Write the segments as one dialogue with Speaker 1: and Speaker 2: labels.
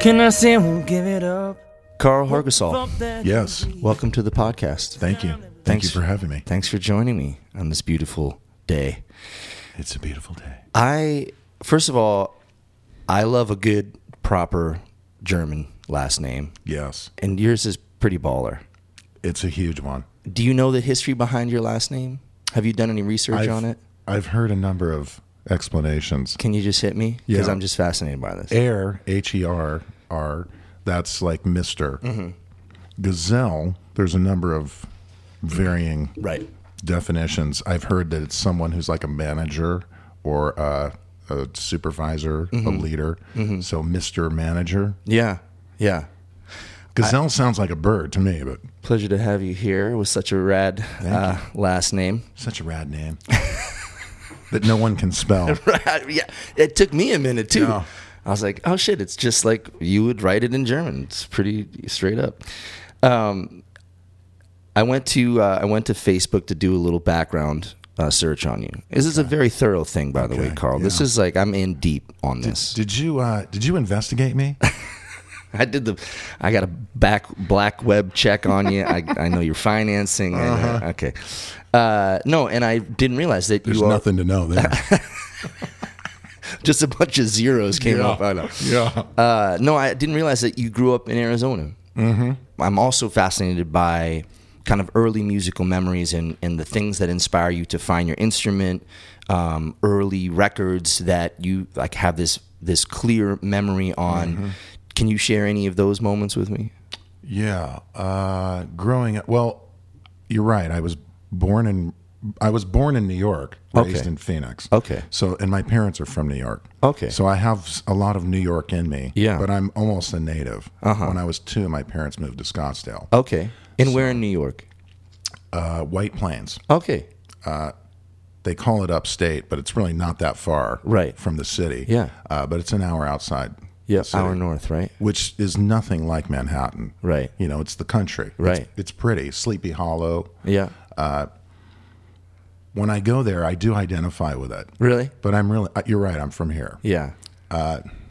Speaker 1: Can I say I won't give it up?
Speaker 2: Carl Hargasol,
Speaker 3: Yes.
Speaker 2: welcome to the podcast.
Speaker 3: Thank you. Thank
Speaker 2: Thanks.
Speaker 3: you for having me.
Speaker 2: Thanks for joining me on this beautiful day.
Speaker 3: It's a beautiful day.
Speaker 2: I first of all, I love a good proper German last name,
Speaker 3: Yes.
Speaker 2: and yours is pretty baller.
Speaker 3: It's a huge one.
Speaker 2: Do you know the history behind your last name? Have you done any research on it?
Speaker 3: I've heard a number of explanations.
Speaker 2: Can you just hit me? Because
Speaker 3: Yeah.
Speaker 2: I'm just fascinated by this.
Speaker 3: Air, H E R R, that's like mister Gazelle, there's a number of varying
Speaker 2: Right.
Speaker 3: definitions. I've heard that it's someone who's like a manager or a, a supervisor, a leader. So Mr. Manager.
Speaker 2: Yeah. Yeah.
Speaker 3: Gazelle sounds like a bird to me, but
Speaker 2: Pleasure to have you here with such a rad uh, last name.
Speaker 3: such a rad name that no one can spell.
Speaker 2: yeah, it took me a minute too.
Speaker 3: Yeah.
Speaker 2: I was like, oh shit, it's just like you would write it in German. It's pretty straight up. Um, I went to uh, I went to Facebook to do a little background uh, search on you. This is a very thorough thing, by the way,
Speaker 3: Okay,
Speaker 2: Carl. This
Speaker 3: yeah.
Speaker 2: is like I'm in deep on this.
Speaker 3: Did you uh, did you investigate me?
Speaker 2: I did the I got a back black web check on you. I, I know your financing. I know- okay, uh, no, and I didn't realize that
Speaker 3: Uh-huh. There's
Speaker 2: you are
Speaker 3: nothing to know there.
Speaker 2: just a bunch of zeros came
Speaker 3: Yeah.
Speaker 2: up. I know.
Speaker 3: yeah.
Speaker 2: Uh, no, I didn't realize that you grew up in Arizona. Mm-hmm. I'm also fascinated by kind of early musical memories and, and the things that inspire you to find your instrument, um, early records that you like have this this clear memory on. Can you share any of those moments with me?
Speaker 3: Yeah. Uh, growing up, well, you're right. I was born in I was born in New York, raised
Speaker 2: Okay.
Speaker 3: in Phoenix.
Speaker 2: Okay.
Speaker 3: So, and my parents are from New York.
Speaker 2: Okay.
Speaker 3: So I have s- a lot of New York in me.
Speaker 2: Yeah.
Speaker 3: But I'm almost a native. Uh-huh. When I was two, my parents moved to Scottsdale,
Speaker 2: Okay, and where in New York?
Speaker 3: uh, White Plains.
Speaker 2: Okay,
Speaker 3: They call it upstate, but it's really not that far
Speaker 2: Right.
Speaker 3: from the city.
Speaker 2: Yeah.
Speaker 3: Uh, but it's an hour outside.
Speaker 2: yeah,
Speaker 3: the city.
Speaker 2: hour north, right?
Speaker 3: which is nothing like Manhattan.
Speaker 2: Right.
Speaker 3: You know, it's the country. It's-
Speaker 2: Right.
Speaker 3: It's, pretty. Sleepy Hollow.
Speaker 2: Yeah,
Speaker 3: When I go there, I do identify with it.
Speaker 2: really?
Speaker 3: But I'm really, uh, you're right, I'm from here.
Speaker 2: Yeah.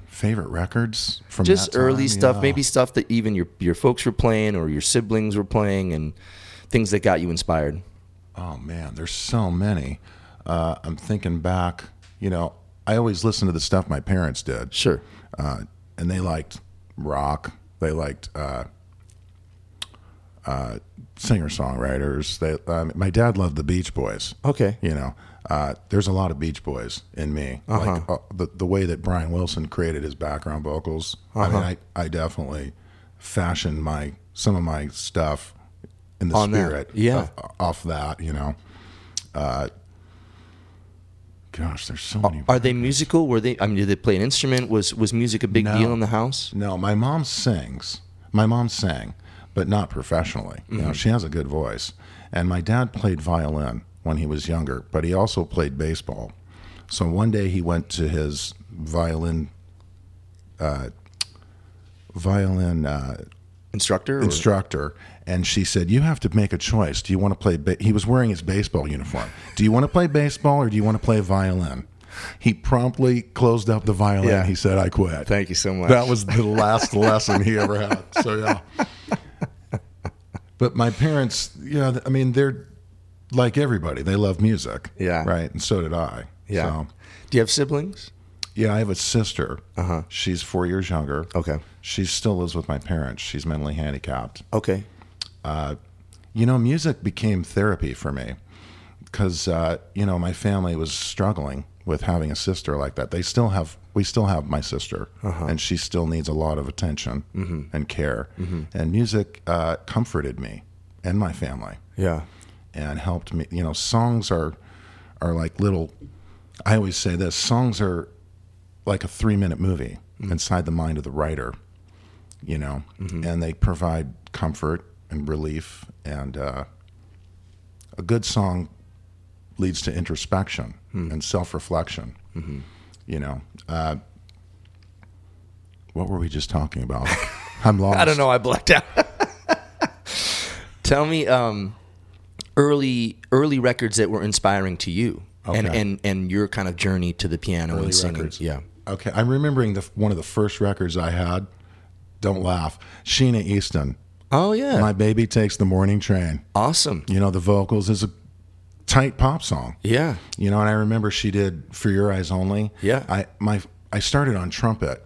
Speaker 3: Favorite records from
Speaker 2: just
Speaker 3: that time?
Speaker 2: early stuff,
Speaker 3: Yeah.
Speaker 2: maybe stuff that even your your folks were playing or your siblings were playing, and things that got you inspired.
Speaker 3: Oh, man, there's so many. Uh, I'm thinking back, you know, I always listen to the stuff my parents did.
Speaker 2: Sure.
Speaker 3: Uh, and they liked rock. They liked uh, uh, singer songwriters. They, um, my dad loved the Beach Boys.
Speaker 2: Okay.
Speaker 3: you know uh, there's a lot of beach boys in me
Speaker 2: Uh-huh.
Speaker 3: like uh, the, the way that brian wilson created his background vocals i
Speaker 2: Uh-huh.
Speaker 3: mean I, I definitely fashioned my some of my stuff in the
Speaker 2: On that,
Speaker 3: spirit
Speaker 2: yeah.
Speaker 3: of, off that you know uh, gosh there's so many
Speaker 2: Are they musical? Were they? I mean, did they play an instrument? Was was music a big
Speaker 3: No.
Speaker 2: deal in the house?
Speaker 3: no my mom sings my mom sang but not professionally you know she has a good voice and my dad played violin when he was younger but he also played baseball So one day he went to his violin uh, violin uh,
Speaker 2: Instructor. or-
Speaker 3: instructor, and she said, "You have to make a choice. Do you want to play?" Ba-? He was wearing his baseball uniform. Do you want to play baseball or do you want to play violin? He promptly closed up the violin.
Speaker 2: Yeah.
Speaker 3: He said, "I quit."
Speaker 2: Thank you so much.
Speaker 3: That was the last lesson he ever had. So yeah. But my parents, yeah, I mean, they're like everybody. They love music.
Speaker 2: Yeah.
Speaker 3: Right. And so did I.
Speaker 2: yeah.
Speaker 3: So.
Speaker 2: Do you have siblings?
Speaker 3: Yeah, I have a sister. Uh-huh. She's four years younger.
Speaker 2: Okay.
Speaker 3: She still lives with my parents. She's mentally handicapped.
Speaker 2: Okay.
Speaker 3: You know, music became therapy for me because, uh, you know, my family was struggling with having a sister like that. They still have, we still have my sister, and she still needs a lot of attention and care. And music uh, comforted me and my family
Speaker 2: Yeah.
Speaker 3: and helped me. You know, songs are are like little. I always say this: songs are like a three minute movie
Speaker 2: Mm-hmm.
Speaker 3: inside the mind of the writer. You know, and they provide comfort and relief, and uh, a good song leads to introspection
Speaker 2: Hmm.
Speaker 3: and self reflection.
Speaker 2: Mm-hmm.
Speaker 3: You know. Uh, what were we just talking about? I'm lost.
Speaker 2: I don't know. I blacked out. Tell me, um, early early records that were inspiring to you, and
Speaker 3: Okay.
Speaker 2: and and your kind of journey to the piano and singing.
Speaker 3: records.
Speaker 2: Yeah.
Speaker 3: Okay, I'm remembering the one of the first records I had Don't laugh. Sheena Easton.
Speaker 2: Oh yeah,
Speaker 3: My baby takes the morning train.
Speaker 2: awesome.
Speaker 3: You know the vocals is a tight pop song.
Speaker 2: Yeah,
Speaker 3: You know, and I remember she did "For Your Eyes Only."
Speaker 2: Yeah.
Speaker 3: I my I started on trumpet.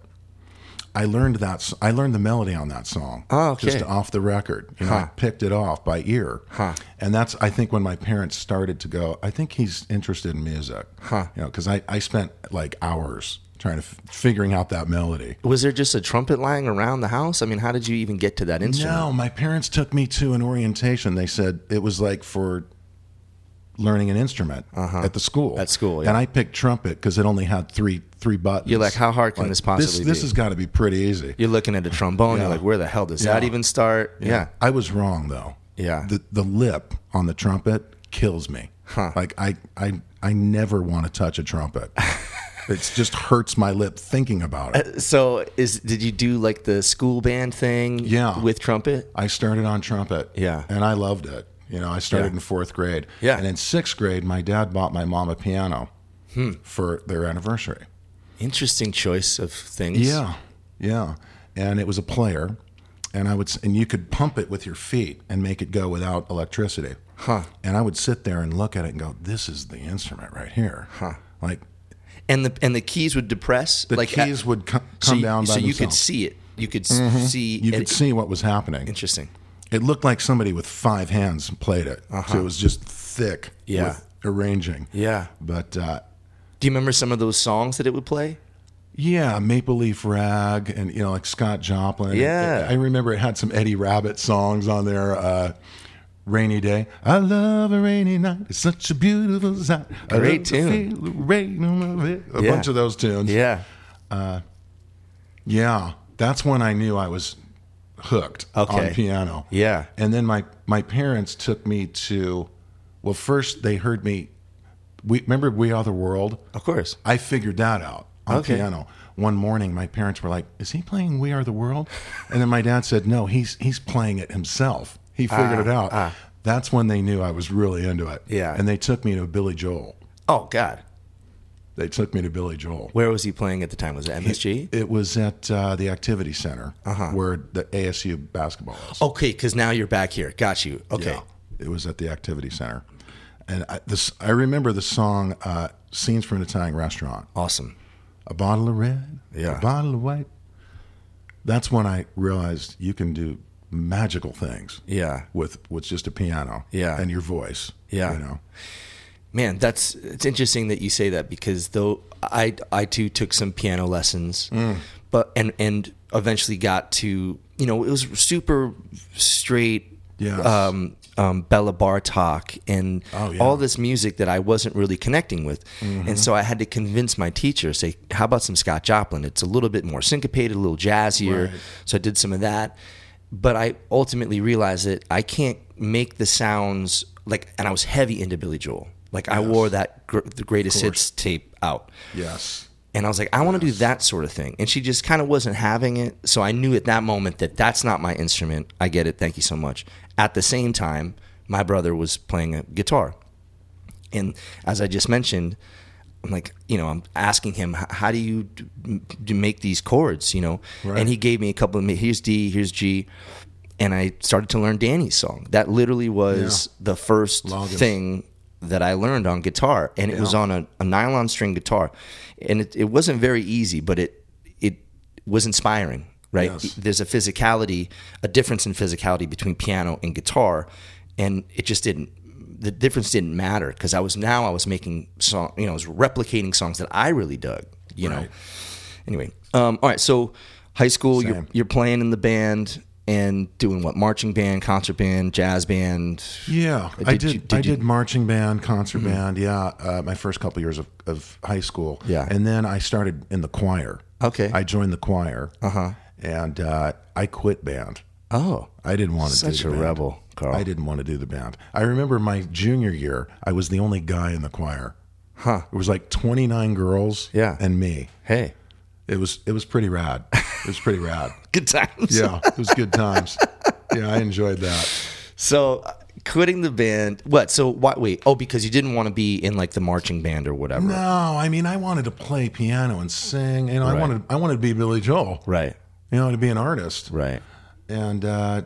Speaker 3: I learned that s- I learned the melody on that song.
Speaker 2: Oh, okay.
Speaker 3: Just off the record, you know, I
Speaker 2: Huh.
Speaker 3: picked it off by ear.
Speaker 2: Huh.
Speaker 3: And that's I think when my parents started to go, I think he's interested in music.
Speaker 2: Huh.
Speaker 3: You know, because I I spent like hours trying to f- figuring out that melody.
Speaker 2: was there just a trumpet lying around the house? I mean, how did you even get to that instrument?
Speaker 3: No, my parents took me to an orientation. They said it was like for learning an instrument at the school.
Speaker 2: Uh-huh. At school, yeah.
Speaker 3: and I picked trumpet because it only had three three buttons.
Speaker 2: You're like, how hard can this
Speaker 3: this
Speaker 2: possibly
Speaker 3: this
Speaker 2: be?
Speaker 3: has got to be pretty easy.
Speaker 2: You're looking at a trombone.
Speaker 3: Yeah.
Speaker 2: You're like, where the hell does that
Speaker 3: Yeah.
Speaker 2: even start? Yeah.
Speaker 3: I was wrong though.
Speaker 2: Yeah.
Speaker 3: the the lip on the trumpet kills me.
Speaker 2: Huh.
Speaker 3: Like I I I never want to touch a trumpet. it just hurts my lip thinking about it.
Speaker 2: So is did you do like the school band thing?
Speaker 3: Yeah.
Speaker 2: With trumpet.
Speaker 3: I started on trumpet.
Speaker 2: Yeah.
Speaker 3: And I loved it. You know, I started
Speaker 2: Yeah.
Speaker 3: in fourth grade.
Speaker 2: Yeah.
Speaker 3: And in sixth grade, my dad bought my mom a piano
Speaker 2: Hmm.
Speaker 3: for their anniversary.
Speaker 2: Interesting choice of things.
Speaker 3: Yeah. Yeah. And it was a player. And I would, s- and you could pump it with your feet and make it go without electricity.
Speaker 2: Huh.
Speaker 3: And I would sit there and look at it and go, "This is the instrument right here." Huh. Like
Speaker 2: And the and the keys would depress.
Speaker 3: the
Speaker 2: like
Speaker 3: keys
Speaker 2: uh,
Speaker 3: would co- come
Speaker 2: so you-
Speaker 3: down by
Speaker 2: So you
Speaker 3: themselves. Mm-hmm.
Speaker 2: could see it. You could s- see.
Speaker 3: you
Speaker 2: it.
Speaker 3: could see what was happening.
Speaker 2: Interesting.
Speaker 3: It looked like somebody with five hands played it. So it was just thick
Speaker 2: Uh-huh. Yeah.
Speaker 3: with arranging.
Speaker 2: Yeah.
Speaker 3: But uh,
Speaker 2: Do you remember some of those songs that it would play?
Speaker 3: yeah, Maple Leaf Rag and, you know, like Scott Joplin.
Speaker 2: Yeah.
Speaker 3: I remember it had some Eddie Rabbit songs on there. Uh, rainy Day. I love a rainy night. It's such a beautiful sight. I
Speaker 2: Great
Speaker 3: love to
Speaker 2: tune.
Speaker 3: feel the rain on my face. A
Speaker 2: Yeah.
Speaker 3: bunch of those tunes.
Speaker 2: Yeah.
Speaker 3: Yeah, that's when I knew I was hooked
Speaker 2: Okay.
Speaker 3: on piano.
Speaker 2: Yeah.
Speaker 3: And then my my parents took me to well first they heard me we remember We Are the World?
Speaker 2: Of course.
Speaker 3: I figured that out on
Speaker 2: Okay.
Speaker 3: piano. One morning my parents were like, "Is he playing We Are the World?" And then my dad said, "No, he's he's playing it himself. He
Speaker 2: Ah,
Speaker 3: figured it out." That's when they knew I was really into it.
Speaker 2: Yeah.
Speaker 3: And they took me to Billy Joel.
Speaker 2: Oh God.
Speaker 3: They took me to Billy Joel.
Speaker 2: Where was he playing at the time? Was it MSG?
Speaker 3: It was at uh, the activity center
Speaker 2: Uh-huh.
Speaker 3: where the ASU basketball is.
Speaker 2: Okay, because now you're back here. Got you. Okay.
Speaker 3: Yeah. It was at the activity center. And I, this, I remember the song uh, Scenes from an Italian Restaurant.
Speaker 2: Awesome.
Speaker 3: A bottle of red,
Speaker 2: Yeah.
Speaker 3: a bottle of white. That's when I realized you can do magical things
Speaker 2: Yeah.
Speaker 3: with, with just a piano
Speaker 2: Yeah.
Speaker 3: and your voice.
Speaker 2: Yeah.
Speaker 3: You know?
Speaker 2: Man, that's it's interesting that you say that because though I I too took some piano lessons, but and and eventually got to you know it was super straight,
Speaker 3: Yes.
Speaker 2: um, um, Bella Bartok and
Speaker 3: Oh, yeah. Mm-hmm.
Speaker 2: all this music that I wasn't really connecting with, and so I had to convince my teacher say how about some Scott Joplin? It's a little bit more syncopated, a little jazzier.
Speaker 3: Right.
Speaker 2: So I did some of that, but I ultimately realized that I can't make the sounds like, and I was heavy into Billy Joel. Like I wore that gr- the greatest hits tape out,
Speaker 3: Yes.
Speaker 2: and I was like, I want to do that sort of thing. And she just kind of wasn't having it. So I knew at that moment that that's not my instrument. I get it. Thank you so much. At the same time, my brother was playing a guitar, and as I just mentioned, I'm like, you know, I'm asking him, "H- how do you d- m- do make these chords, you know?
Speaker 3: Right.
Speaker 2: And he gave me a couple of, here's D, here's G. And I started to learn Danny's song. That literally was the first
Speaker 3: Longest.
Speaker 2: thing that I learned on guitar. And it was on a, a nylon string guitar. And it, it wasn't very easy, but it, it was inspiring, right?
Speaker 3: Yes.
Speaker 2: There's a physicality, a difference in physicality between piano and guitar. And it just didn't, the difference didn't matter because I was now I was making song, you know, I was replicating songs that I really dug, you know.
Speaker 3: Right.
Speaker 2: Anyway, um, all right. So high school, you're
Speaker 3: Same.
Speaker 2: you're playing in the band and doing what? Marching band, concert band, jazz band.
Speaker 3: Yeah,
Speaker 2: Uh,
Speaker 3: I
Speaker 2: did
Speaker 3: did.
Speaker 2: you- did
Speaker 3: I
Speaker 2: you- Hmm.
Speaker 3: did marching band, concert band. Yeah, uh, my first couple years of, of high school.
Speaker 2: Yeah.
Speaker 3: and then I started in the choir.
Speaker 2: Okay. Uh-huh.
Speaker 3: I joined the choir. And uh, I quit band.
Speaker 2: Oh,
Speaker 3: I didn't want to do
Speaker 2: such
Speaker 3: the
Speaker 2: a
Speaker 3: band.
Speaker 2: rebel, Carl.
Speaker 3: I didn't want to do the band. I remember my junior year, I was the only guy in the choir.
Speaker 2: Huh.
Speaker 3: It was like twenty nine girls.
Speaker 2: Yeah.
Speaker 3: and me.
Speaker 2: Hey,
Speaker 3: It was it was pretty rad. It was pretty rad.
Speaker 2: good times.
Speaker 3: Yeah, it was good times. Yeah, I enjoyed that.
Speaker 2: So uh, quitting the band. What? So why? Wait. Oh, because you didn't want to be in like the marching band or whatever.
Speaker 3: No, I mean I wanted to play piano and sing, and I
Speaker 2: Right.
Speaker 3: wanted I wanted to be Billy Joel.
Speaker 2: Right.
Speaker 3: you know, to be an artist.
Speaker 2: Right.
Speaker 3: And uh,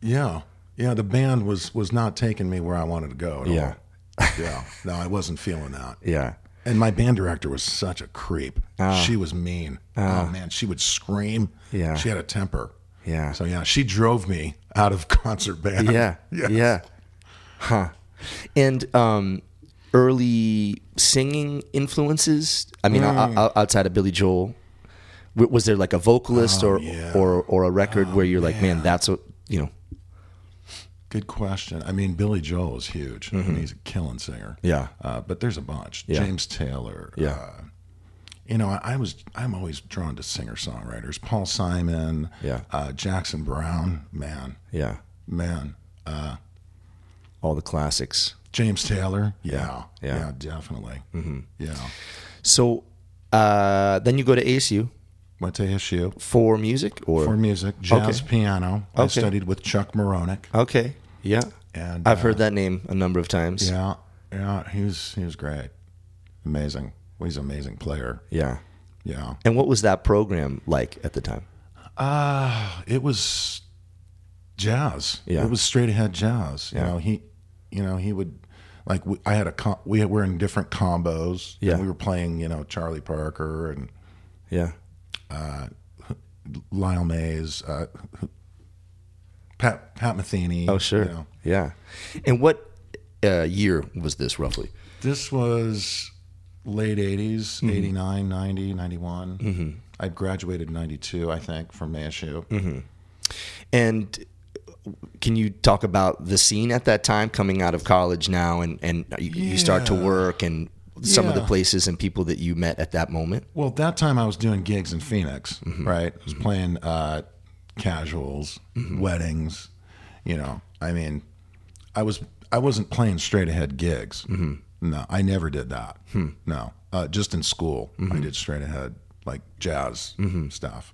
Speaker 3: yeah, yeah, the band was was not taking me where I wanted to go. At
Speaker 2: Yeah.
Speaker 3: all. yeah. No, I wasn't feeling that.
Speaker 2: Yeah.
Speaker 3: And my band director was such a creep.
Speaker 2: Ah.
Speaker 3: she was mean. oh man, she would scream.
Speaker 2: Yeah.
Speaker 3: She had a temper.
Speaker 2: Yeah.
Speaker 3: So yeah, she drove me out of concert band.
Speaker 2: Yeah.
Speaker 3: Yes.
Speaker 2: Yeah. Huh. And um, early singing influences. I mean,
Speaker 3: Mm.
Speaker 2: o- o- outside of Billy Joel, w- was there like a vocalist or,
Speaker 3: Oh, yeah. Oh,
Speaker 2: or or a record where you're like, man, that's what you know?
Speaker 3: Good question. I mean, Billy Joel is huge. I mean, he's a killing singer.
Speaker 2: Mm-hmm. Yeah.
Speaker 3: Uh, but there's a bunch.
Speaker 2: Yeah.
Speaker 3: James Taylor.
Speaker 2: Yeah.
Speaker 3: Uh, you know, I, I was I'm always drawn to singer songwriters. Paul Simon.
Speaker 2: Yeah.
Speaker 3: Uh, Jackson Brown. Man.
Speaker 2: Yeah.
Speaker 3: Man. Uh,
Speaker 2: All the classics.
Speaker 3: James Taylor. Yeah.
Speaker 2: Yeah.
Speaker 3: definitely. Mm-hmm. Yeah.
Speaker 2: So uh, then you go to ASU
Speaker 3: Went to issue
Speaker 2: for music or
Speaker 3: for music, jazz
Speaker 2: Okay.
Speaker 3: piano. I
Speaker 2: Okay.
Speaker 3: studied with Chuck Moronic.
Speaker 2: okay, yeah.
Speaker 3: And
Speaker 2: I've
Speaker 3: uh,
Speaker 2: heard that name a number of times.
Speaker 3: Yeah. Yeah. He was he was great. Amazing. Well, he's an amazing player.
Speaker 2: Yeah.
Speaker 3: Yeah.
Speaker 2: And what was that program like at the time?
Speaker 3: Uh it was jazz.
Speaker 2: Yeah.
Speaker 3: It was straight ahead jazz. You know, he you know, he would like we, I had a com- we were in different combos.
Speaker 2: Yeah.
Speaker 3: And we were playing, you know, Charlie Parker and
Speaker 2: Yeah.
Speaker 3: Lyle Mays, uh, Pat Pat Metheny.
Speaker 2: Oh, sure.
Speaker 3: you know.
Speaker 2: Yeah. And what uh, year was this roughly?
Speaker 3: This was late 80s, 89, 90, 91. I graduated in 92, I think, from ASU.
Speaker 2: And can you talk about the scene at that time coming out of college now and, and you, you start to
Speaker 3: Yeah.
Speaker 2: work and some of the
Speaker 3: Yeah.
Speaker 2: places and people that you met at that moment?
Speaker 3: Well, at that time I was doing gigs in Phoenix,
Speaker 2: Mm-hmm.
Speaker 3: right? I was playing uh, casuals,
Speaker 2: Mm-hmm.
Speaker 3: weddings, you know. I mean, I was I wasn't playing straight ahead gigs.
Speaker 2: Mm-hmm.
Speaker 3: No, I never did that.
Speaker 2: Hmm.
Speaker 3: No, uh, just in school
Speaker 2: Mm-hmm.
Speaker 3: I did straight ahead like jazz stuff.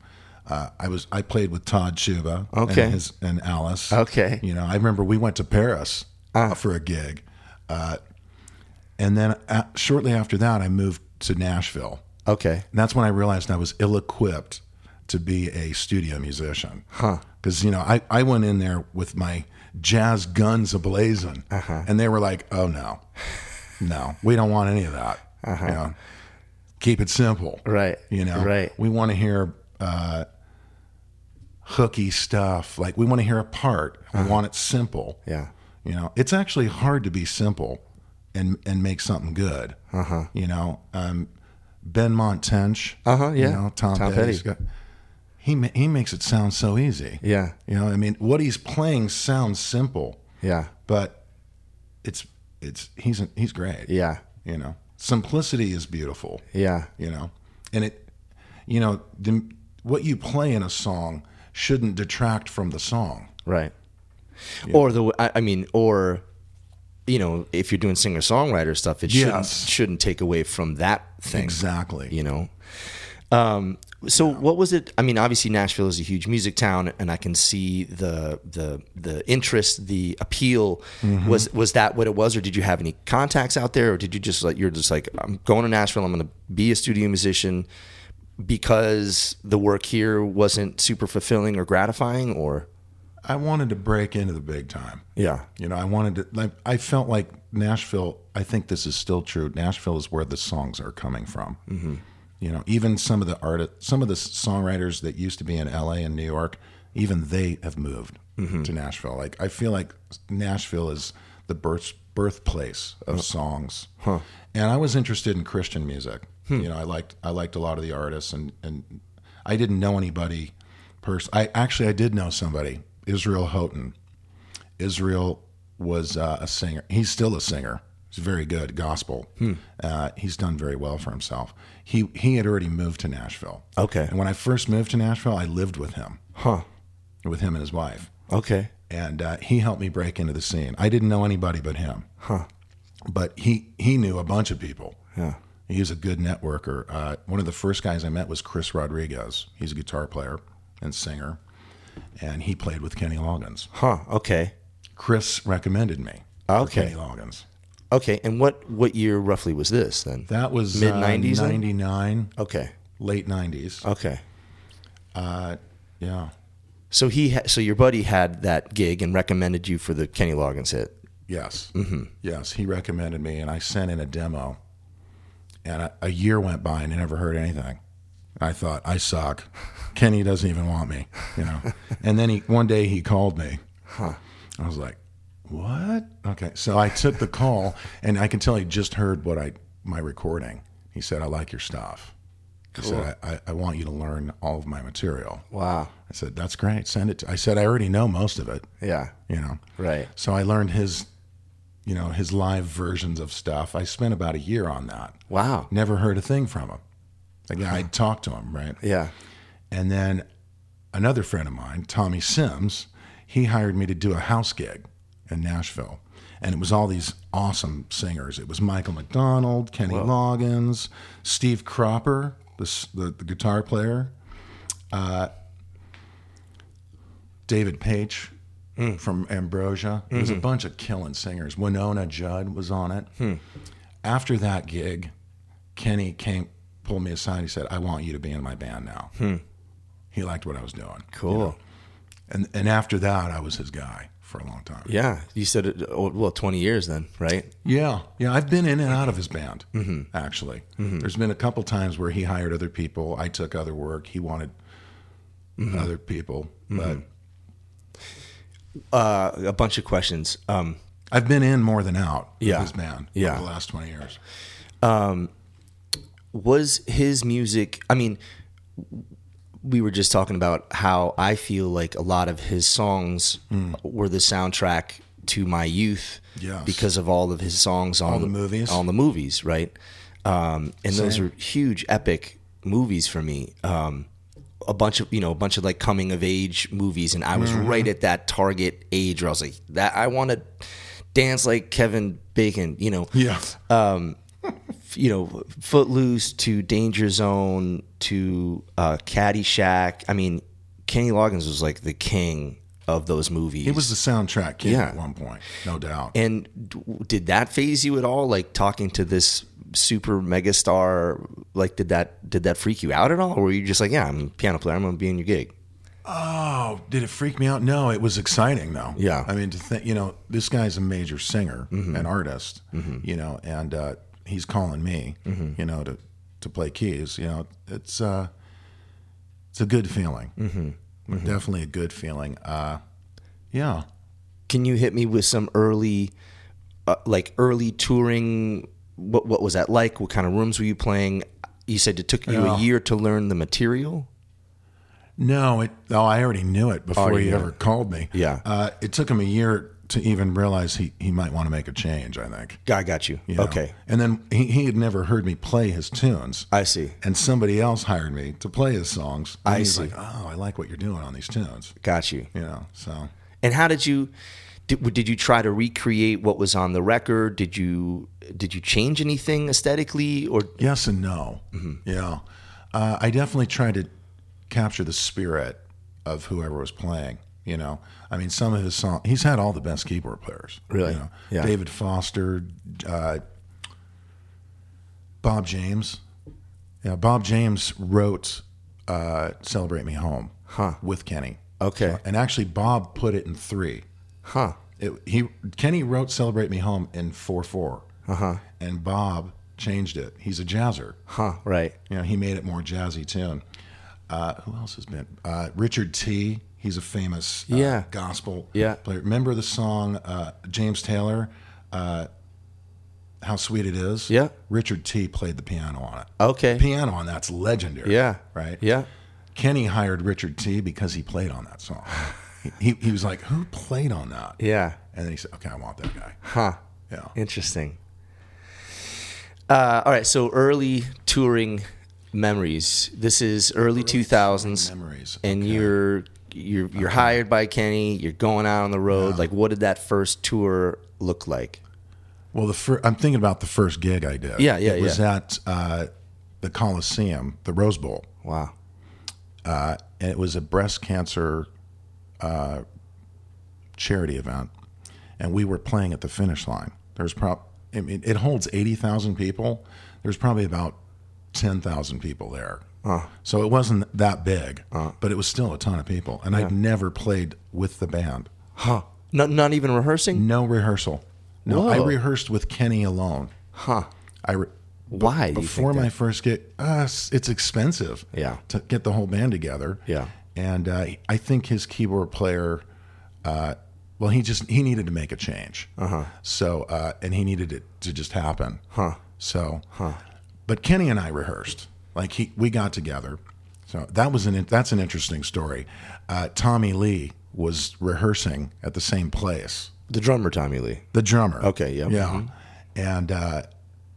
Speaker 3: Uh, I was I played with Todd Shuba
Speaker 2: Okay.
Speaker 3: and, his, and Alice.
Speaker 2: Okay. Ah.
Speaker 3: you know I remember we went to Paris uh, for a gig, uh, and then uh, shortly after that I moved to Nashville.
Speaker 2: Okay.
Speaker 3: And that's when I realized I was ill equipped to be a studio musician. Huh. Because, you know, I, I went in there with my jazz guns ablazing.
Speaker 2: Uh-huh.
Speaker 3: And they were like, oh, no, no, we don't want any of that. You know, keep it simple.
Speaker 2: Uh-huh. Right.
Speaker 3: You know,
Speaker 2: Right.
Speaker 3: we want to hear uh, hooky stuff. Like, we want to hear a part.
Speaker 2: Uh-huh.
Speaker 3: We want it simple.
Speaker 2: Yeah.
Speaker 3: You know, it's actually hard to be simple and and make something good. Uh-huh. You know, um, Ben Montench.
Speaker 2: Uh-huh, yeah.
Speaker 3: You know, Tom,
Speaker 2: Tom
Speaker 3: Petty's
Speaker 2: Petty.
Speaker 3: got- he ma- he makes it sound so easy.
Speaker 2: Yeah.
Speaker 3: You know, I mean, what he's playing sounds simple,
Speaker 2: Yeah.
Speaker 3: but it's it's he's he's great.
Speaker 2: Yeah.
Speaker 3: You know, simplicity is beautiful
Speaker 2: Yeah.
Speaker 3: you know and it you know the, what you play in a song shouldn't detract from the song
Speaker 2: Right. Or the I, I mean, or you know, if you're doing singer songwriter stuff, it
Speaker 3: Yes.
Speaker 2: shouldn't shouldn't take away from that thing.
Speaker 3: exactly
Speaker 2: You know. Um, so what was it? I mean, obviously Nashville is a huge music town, and I can see the the the interest, the appeal. Was was that what it was, or did you have any contacts out there, or did you just like you're just like I'm going to Nashville, I'm going to be a studio musician because the work here wasn't super fulfilling or gratifying, or
Speaker 3: i wanted to break into the big time
Speaker 2: yeah,
Speaker 3: you know i wanted to like i felt like nashville i think this is still true nashville is where the songs are coming from mm-hmm. you know even some of the art some of the songwriters that used to be in la and new york even they have moved to nashville like i feel like nashville is the birth birthplace of songs and i was interested in christian music you know i liked i liked a lot of the artists and and i didn't know anybody person i actually i did know somebody israel houghton Israel was uh, a singer. He's still a singer. He's very good gospel.
Speaker 2: Hmm.
Speaker 3: Uh, he's done very well for himself. He he had already moved to Nashville.
Speaker 2: Okay.
Speaker 3: And when I first moved to Nashville, I lived with him,
Speaker 2: Huh.
Speaker 3: with him and his wife,
Speaker 2: Okay.
Speaker 3: and uh, he helped me break into the scene. I didn't know anybody but him.
Speaker 2: Huh.
Speaker 3: But he he knew a bunch of people.
Speaker 2: Yeah.
Speaker 3: He was a good networker. Uh, one of the first guys I met was Chris Rodriguez. He's a guitar player and singer, and he played with Kenny Loggins.
Speaker 2: Huh. Okay.
Speaker 3: Chris recommended me. for
Speaker 2: Okay.
Speaker 3: Kenny Loggins.
Speaker 2: Okay. And what what year roughly was this then?
Speaker 3: That was uh,
Speaker 2: Mid-nineties then?
Speaker 3: ninety nine,
Speaker 2: Okay.
Speaker 3: late nineties.
Speaker 2: Okay.
Speaker 3: Yeah.
Speaker 2: So he, ha- so your buddy had that gig and recommended you for the Kenny Loggins hit.
Speaker 3: Yes. Mm-hmm. Yes. He recommended me, and I sent in a demo. And a, a year went by, and I never heard anything. I thought I suck. Kenny doesn't even want me, you know. and then he one day he called me. I was like, "What?" Okay, so I took the call, and I can tell he just heard what I my recording. He said, "I like your stuff." He said, I, I, "I want you to learn all of my material."
Speaker 2: Wow.
Speaker 3: I said, "That's great. Send it." To, I said, "I already know most of it."
Speaker 2: Yeah.
Speaker 3: you know
Speaker 2: Right.
Speaker 3: so i learned his you know his live versions of stuff i spent about a year on that
Speaker 2: Wow.
Speaker 3: never heard a thing from him like i'd talk to him right
Speaker 2: Yeah.
Speaker 3: and then another friend of mine tommy sims he hired me to do a house gig in nashville and it was all these awesome singers it was michael mcdonald kenny loggins steve cropper the, s- the, the guitar player David Page
Speaker 2: Hmm.
Speaker 3: from Ambrosia. There's a bunch of killing singers. Winona Judd was on it.
Speaker 2: Hmm.
Speaker 3: After that gig, Kenny came pulled me aside. He said, "I want you to be in my band now." He liked what I was doing.
Speaker 2: Hmm. Cool.
Speaker 3: And and after that, I was his guy for a long time.
Speaker 2: Yeah. You said it. oh, Well, twenty years then, right?
Speaker 3: Yeah, yeah. I've been in and out of his band,
Speaker 2: Mm-hmm.
Speaker 3: actually. There's been a couple times where he hired other people. I took other work. He wanted
Speaker 2: Mm-hmm.
Speaker 3: other people, but
Speaker 2: Uh, a bunch of questions. Um,
Speaker 3: I've been in more than out.
Speaker 2: Yeah.
Speaker 3: of his band.
Speaker 2: Yeah.
Speaker 3: over the last twenty years.
Speaker 2: was his music? I mean, we were just talking about how I feel like a lot of his songs were the soundtrack to my youth.
Speaker 3: Hmm. Yes.
Speaker 2: Because of all of his songs on
Speaker 3: the movies.
Speaker 2: on the movies, right? Um, and those are huge, epic movies for me. Um, a bunch of you know, a bunch of like coming of age movies, and I was
Speaker 3: Mm-hmm.
Speaker 2: right at that target age where I was like, that I want to dance like Kevin Bacon, you know
Speaker 3: Yeah.
Speaker 2: Uh, you know, Footloose to Danger Zone to uh, Caddyshack. I mean, Kenny Loggins was like the king of those movies.
Speaker 3: It was the soundtrack kid
Speaker 2: Yeah.
Speaker 3: at one point, no doubt.
Speaker 2: And d- did that phase you at all? Like talking to this super mega star? Like, did that did that freak you out at all, or were you just like, yeah, I'm a piano player. I'm gonna be in your gig.
Speaker 3: oh, did it freak me out? No, it was exciting though.
Speaker 2: Yeah. Mm-hmm.
Speaker 3: I mean, to think, you know, this guy's a major singer, an artist, you know, and uh, he's calling me,
Speaker 2: Mm-hmm.
Speaker 3: you know, to to play keys. You know, it's uh, it's a good feeling.
Speaker 2: Mm-hmm.
Speaker 3: Definitely a good feeling. Uh, yeah.
Speaker 2: Can you hit me with some early, uh, like early touring? What what was that like? What kind of rooms were you playing? You said it took you a
Speaker 3: Yeah.
Speaker 2: year to learn the material.
Speaker 3: No, it. Oh, I already knew it before
Speaker 2: Already
Speaker 3: he
Speaker 2: knew
Speaker 3: ever called me.
Speaker 2: Yeah.
Speaker 3: Uh, it took him a year to even realize he, he might want to make a change. I think.
Speaker 2: I got you.
Speaker 3: you know.
Speaker 2: Okay.
Speaker 3: And then he, he had never heard me play his tunes.
Speaker 2: I see.
Speaker 3: and somebody else hired me to play his songs. And
Speaker 2: I
Speaker 3: he's
Speaker 2: see.
Speaker 3: like, oh, I like what you're doing on these tunes.
Speaker 2: Got you.
Speaker 3: You know, so
Speaker 2: And how did you did, did you try to recreate what was on the record? Did you did you change anything aesthetically or
Speaker 3: yes and no.
Speaker 2: Mm-hmm.
Speaker 3: Yeah. Uh, I definitely tried to capture the spirit of whoever was playing. You know, I mean, some of his songs, he's had all the best keyboard players.
Speaker 2: Really?
Speaker 3: You know?
Speaker 2: Yeah.
Speaker 3: David Foster, uh, Bob James. Yeah, Bob James wrote uh, Celebrate Me Home
Speaker 2: Huh.
Speaker 3: with Kenny.
Speaker 2: Okay.
Speaker 3: And actually, Bob put it in three.
Speaker 2: huh?
Speaker 3: It, he Kenny wrote "Celebrate Me Home" in four four, and Bob changed it. He's a jazzer.
Speaker 2: Uh-huh. Huh, right.
Speaker 3: You know, he made it more jazzy tune. Uh, who else has been? Uh, Richard T. He's a famous uh,
Speaker 2: Yeah.
Speaker 3: gospel
Speaker 2: Yeah.
Speaker 3: player. Remember the song uh, James Taylor, uh, "How Sweet It Is."
Speaker 2: Yeah.
Speaker 3: Richard T. played the piano on it.
Speaker 2: Okay.
Speaker 3: Piano on that's legendary.
Speaker 2: Yeah.
Speaker 3: Right.
Speaker 2: Yeah.
Speaker 3: Kenny hired Richard T because he played on that song. he, he was like, Who played on that?
Speaker 2: Yeah.
Speaker 3: And then he said, Okay, I want that guy.
Speaker 2: Huh.
Speaker 3: Yeah.
Speaker 2: Interesting. Uh, all right, so early touring memories. This is early two thousands
Speaker 3: Memories.
Speaker 2: and you're you're you're hired by Kenny. You're going out on the road. Like, what did that first tour look like?
Speaker 3: Well, the fir- I'm thinking about the first gig I did.
Speaker 2: Yeah, yeah,
Speaker 3: It was
Speaker 2: yeah.
Speaker 3: at uh, the Coliseum, the Rose Bowl,
Speaker 2: Wow.
Speaker 3: and it was a breast cancer uh, charity event. And we were playing at the finish line. There's prob I mean, it holds 80,000 people. There's probably about 10,000 people there So it wasn't that big, but it was still a ton of people. And I'd never played with the band.
Speaker 2: Huh. Not, not even rehearsing?
Speaker 3: No rehearsal. No, I
Speaker 2: Whoa.
Speaker 3: rehearsed with Kenny alone.
Speaker 2: Huh.
Speaker 3: I re-
Speaker 2: Why? do you
Speaker 3: before
Speaker 2: think
Speaker 3: my first gig. Uh, s- it's expensive.
Speaker 2: Yeah.
Speaker 3: To get the whole band together.
Speaker 2: Yeah.
Speaker 3: And uh, I think his keyboard player, uh, well, he just he needed to make a change. Uh-huh. So uh, and he needed it to just happen. Huh. So. Huh. But Kenny and I rehearsed. Like he, we got together. So that was an in- that's an interesting story. Uh, Tommy Lee was rehearsing at the same place
Speaker 2: the drummer Tommy Lee.
Speaker 3: the drummer.
Speaker 2: Okay, yeah.
Speaker 3: yeah.
Speaker 2: Mm-hmm.
Speaker 3: And uh,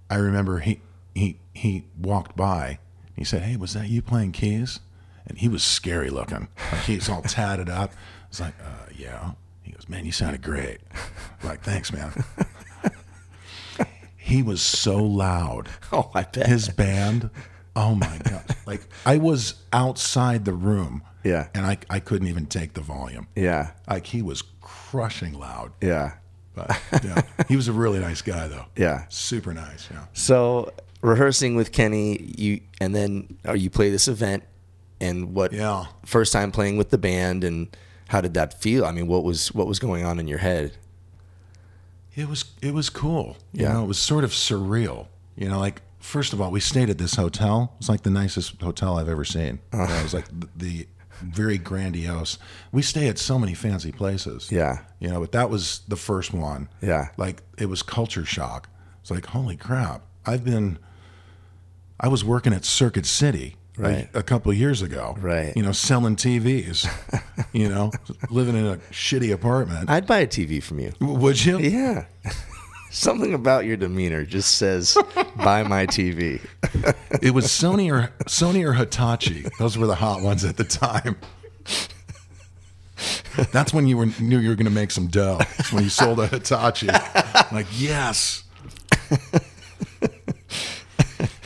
Speaker 3: I remember he he he walked by. He said, "Hey, was that you playing keys?" And he was scary looking. Like he's all tatted up. I was like, uh, "Yeah." He goes, "Man, you sounded great." I'm like, thanks, man. he was so loud.
Speaker 2: Oh, I bet.
Speaker 3: His band. Oh my god! Like I was outside the room.
Speaker 2: Yeah.
Speaker 3: And I I couldn't even take the volume.
Speaker 2: yeah.
Speaker 3: Like he was crushing loud.
Speaker 2: Yeah.
Speaker 3: But yeah, he was a really nice guy, though.
Speaker 2: Yeah.
Speaker 3: super nice. Yeah,
Speaker 2: So rehearsing with Kenny, you and then or you play this event and what
Speaker 3: Yeah.
Speaker 2: first time playing with the band and how did that feel? I mean, what was what was going on in your head?
Speaker 3: it was it was cool. You
Speaker 2: Yeah.
Speaker 3: know, it was sort of surreal. You know, like first of all, we stayed at this hotel. It was like the nicest hotel I've ever seen. You know, it was like th- the very grandiose. We stay at so many fancy places.
Speaker 2: Yeah.
Speaker 3: you know, but that was the first one.
Speaker 2: Yeah.
Speaker 3: like it was culture shock. It's like holy crap! I've been. I was working at Circuit City a-
Speaker 2: Right.
Speaker 3: a, couple of years ago.
Speaker 2: Right.
Speaker 3: You know, selling TVs. you know, living in a shitty apartment.
Speaker 2: I'd buy a TV from you.
Speaker 3: W- Would you?
Speaker 2: Yeah. Something about your demeanor just says buy my TV.
Speaker 3: It was Sony or Sony or Hitachi. Those were the hot ones at the time. That's when you were knew you were going to make some dough. It's when you sold a Hitachi. like yes.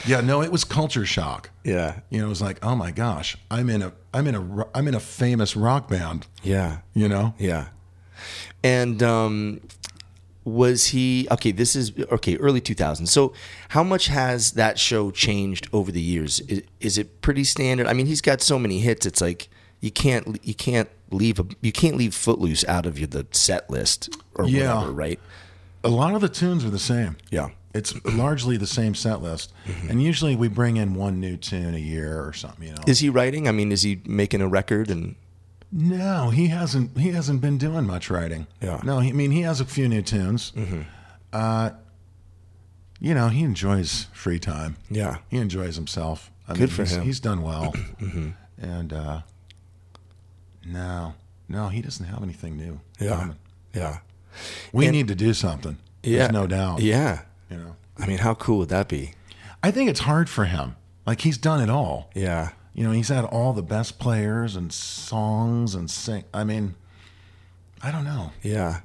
Speaker 3: Yeah, no, it was culture shock.
Speaker 2: Yeah.
Speaker 3: You know, it was like, oh my gosh, I'm in a, I'm in a, ro- I'm in a famous rock band.
Speaker 2: Yeah.
Speaker 3: You know,
Speaker 2: Yeah. And um, was he okay? This is okay. Early 2000s. So, how much has that show changed over the years? Is, is it pretty standard? I mean, he's got so many hits. It's like you can't you can't leave a, you can't leave Footloose out of your, the set list or
Speaker 3: Yeah.
Speaker 2: whatever, right?
Speaker 3: a lot of the tunes are the same.
Speaker 2: Yeah. Mm-hmm.
Speaker 3: It's largely the same set list, and usually we bring in one new tune a year or something. You know,
Speaker 2: Is he writing? I mean, is he making a record? And
Speaker 3: No, he hasn't. He hasn't been doing much writing.
Speaker 2: Yeah. Mm-hmm.
Speaker 3: No, he, I mean he has a few new tunes. Uh, you know, he enjoys free time.
Speaker 2: Yeah.
Speaker 3: He enjoys himself. I
Speaker 2: Good for
Speaker 3: he's,
Speaker 2: him. Mm-hmm.
Speaker 3: He's done well. And uh, no, no, he doesn't have anything new.
Speaker 2: Um,
Speaker 3: Um, coming.
Speaker 2: yeah,
Speaker 3: We
Speaker 2: And-
Speaker 3: need to do something.
Speaker 2: yeah,
Speaker 3: There's no doubt.
Speaker 2: Yeah.
Speaker 3: You know,
Speaker 2: I mean, how cool would that be?
Speaker 3: I think it's hard for him. Like he's done it all.
Speaker 2: Yeah.
Speaker 3: You know, he's had all the best players and songs and sing. I mean, I don't know.
Speaker 2: Yeah.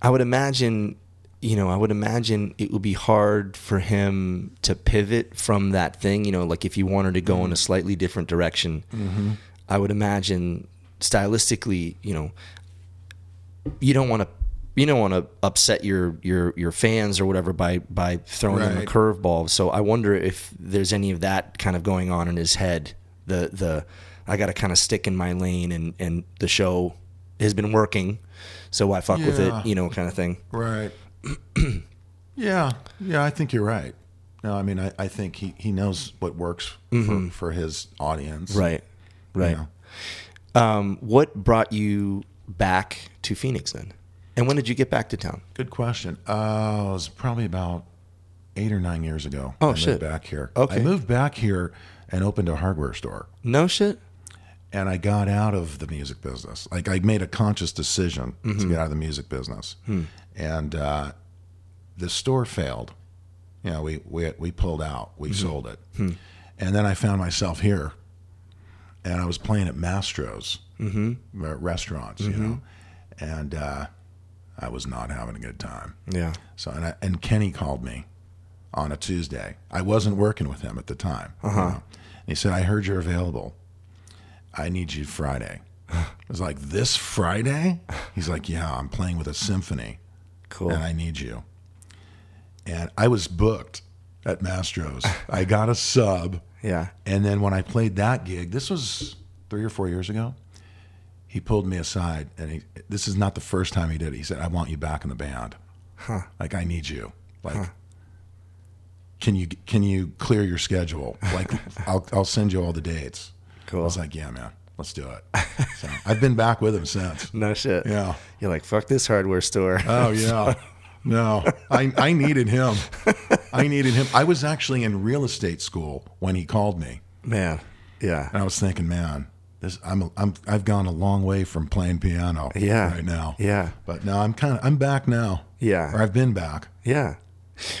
Speaker 2: I would imagine, you know, I would imagine it would be hard for him to pivot from that thing, you know, like if he wanted to go in a slightly different direction. I would imagine stylistically, you know, you don't want to you don't want to upset your your your fans or whatever by by throwing them a
Speaker 3: Right.
Speaker 2: curveball. So I wonder if there's any of that kind of going on in his head. The the I got to kind of stick in my lane and and the show has been working, so why fuck with
Speaker 3: Yeah.
Speaker 2: it, you know, kind of thing.
Speaker 3: Right. yeah. Yeah, I think you're right. No, I mean, I, I think he, he knows what works for, for his audience.
Speaker 2: Mm-hmm. Right.
Speaker 3: You
Speaker 2: Right.
Speaker 3: know.
Speaker 2: Um what brought you back to Phoenix then? And when did you get back to town?
Speaker 3: Good question. Uh, it was probably about eight or nine years ago.
Speaker 2: Oh,
Speaker 3: I moved
Speaker 2: shit.
Speaker 3: back here.
Speaker 2: Okay.
Speaker 3: I moved back here and opened a hardware store.
Speaker 2: No shit.
Speaker 3: and I got out of the music business. Like I made a conscious decision to get out of the music business, and uh, the store failed. You know, we we we pulled out, we sold it, and then I found myself here, and I was playing at Mastro's mm-hmm. restaurants, you know, and uh, I was not having a good time.
Speaker 2: Yeah.
Speaker 3: So and I, and Kenny called me on a Tuesday. I wasn't working with him at the time. Uh-huh. And he said, "I heard you're available. I need you Friday." I was like, "This Friday?" He's like, "Yeah, I'm playing with a symphony
Speaker 2: Cool.
Speaker 3: and I need you." And I was booked at Mastro's. I got a sub.
Speaker 2: Yeah.
Speaker 3: And then when I played that gig, this was three or four years ago, he pulled me aside and he, this is not the first time he did it. He said, I want you back in the band. Huh. Like, I need you. Like, can you can you clear your schedule? Like, I'll, I'll send you all the dates.
Speaker 2: Cool.
Speaker 3: I was like, yeah, man, let's do it. So I've been back with him since.
Speaker 2: No shit.
Speaker 3: Yeah.
Speaker 2: You're like, fuck this hardware store.
Speaker 3: Oh yeah. No, I, I needed him. I needed him. I was actually in real estate school when he called me,
Speaker 2: Man. Yeah.
Speaker 3: and I was thinking, man, this I'm I'm I've gone a long way from playing piano.
Speaker 2: Yeah.
Speaker 3: right now.
Speaker 2: Yeah.
Speaker 3: but no, I'm kind of I'm back now.
Speaker 2: Yeah.
Speaker 3: or I've been back.
Speaker 2: Yeah.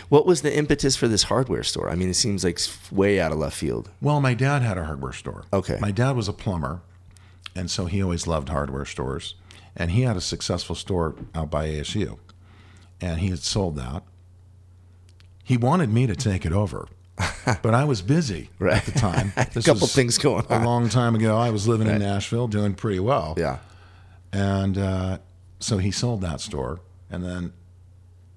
Speaker 2: What was the impetus for this hardware store? I mean, it seems like s- way out of left field.
Speaker 3: Well, my dad had a hardware store.
Speaker 2: Okay.
Speaker 3: My dad was a plumber, and so he always loved hardware stores. And he had a successful store out by ASU, and he had sold that. He wanted me to take it over, but I was busy
Speaker 2: Right.
Speaker 3: at the time. This
Speaker 2: Couple
Speaker 3: was
Speaker 2: things going on.
Speaker 3: A long time ago, I was living in Nashville, doing pretty well.
Speaker 2: Yeah.
Speaker 3: And uh, so he sold that store. And then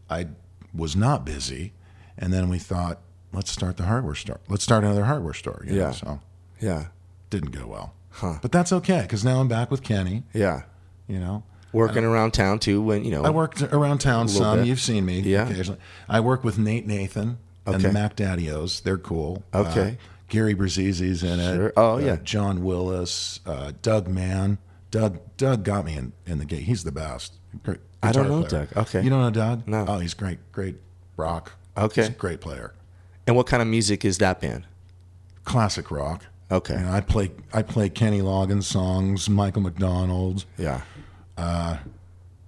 Speaker 3: I was not busy. And then we thought, let's start the hardware store. Let's start another hardware store. you know,
Speaker 2: Yeah.
Speaker 3: So
Speaker 2: Yeah.
Speaker 3: didn't go well. But that's okay because now I'm back with Kenny,
Speaker 2: Yeah.
Speaker 3: you know.
Speaker 2: Working around town too when, you know.
Speaker 3: Uh, I worked around town some.
Speaker 2: bit.
Speaker 3: You've seen me
Speaker 2: Yeah.
Speaker 3: occasionally. I work with Nate Nathan and the
Speaker 2: Okay.
Speaker 3: Mac Daddios. They're cool.
Speaker 2: Okay.
Speaker 3: Uh, Gary Brazizi's in it.
Speaker 2: Sure. Oh,
Speaker 3: Uh,
Speaker 2: yeah.
Speaker 3: John Willis, uh, Doug Mann. Doug Doug got me in, in the gate. He's the best. Great
Speaker 2: I don't
Speaker 3: guitar
Speaker 2: know Doug. Okay.
Speaker 3: You don't know Doug?
Speaker 2: No.
Speaker 3: Oh, he's great. Great rock.
Speaker 2: Okay.
Speaker 3: He's a great player.
Speaker 2: and what kind of music is that band?
Speaker 3: Classic rock.
Speaker 2: Okay.
Speaker 3: You know, I play I play Kenny Loggins songs, Michael McDonald.
Speaker 2: Yeah.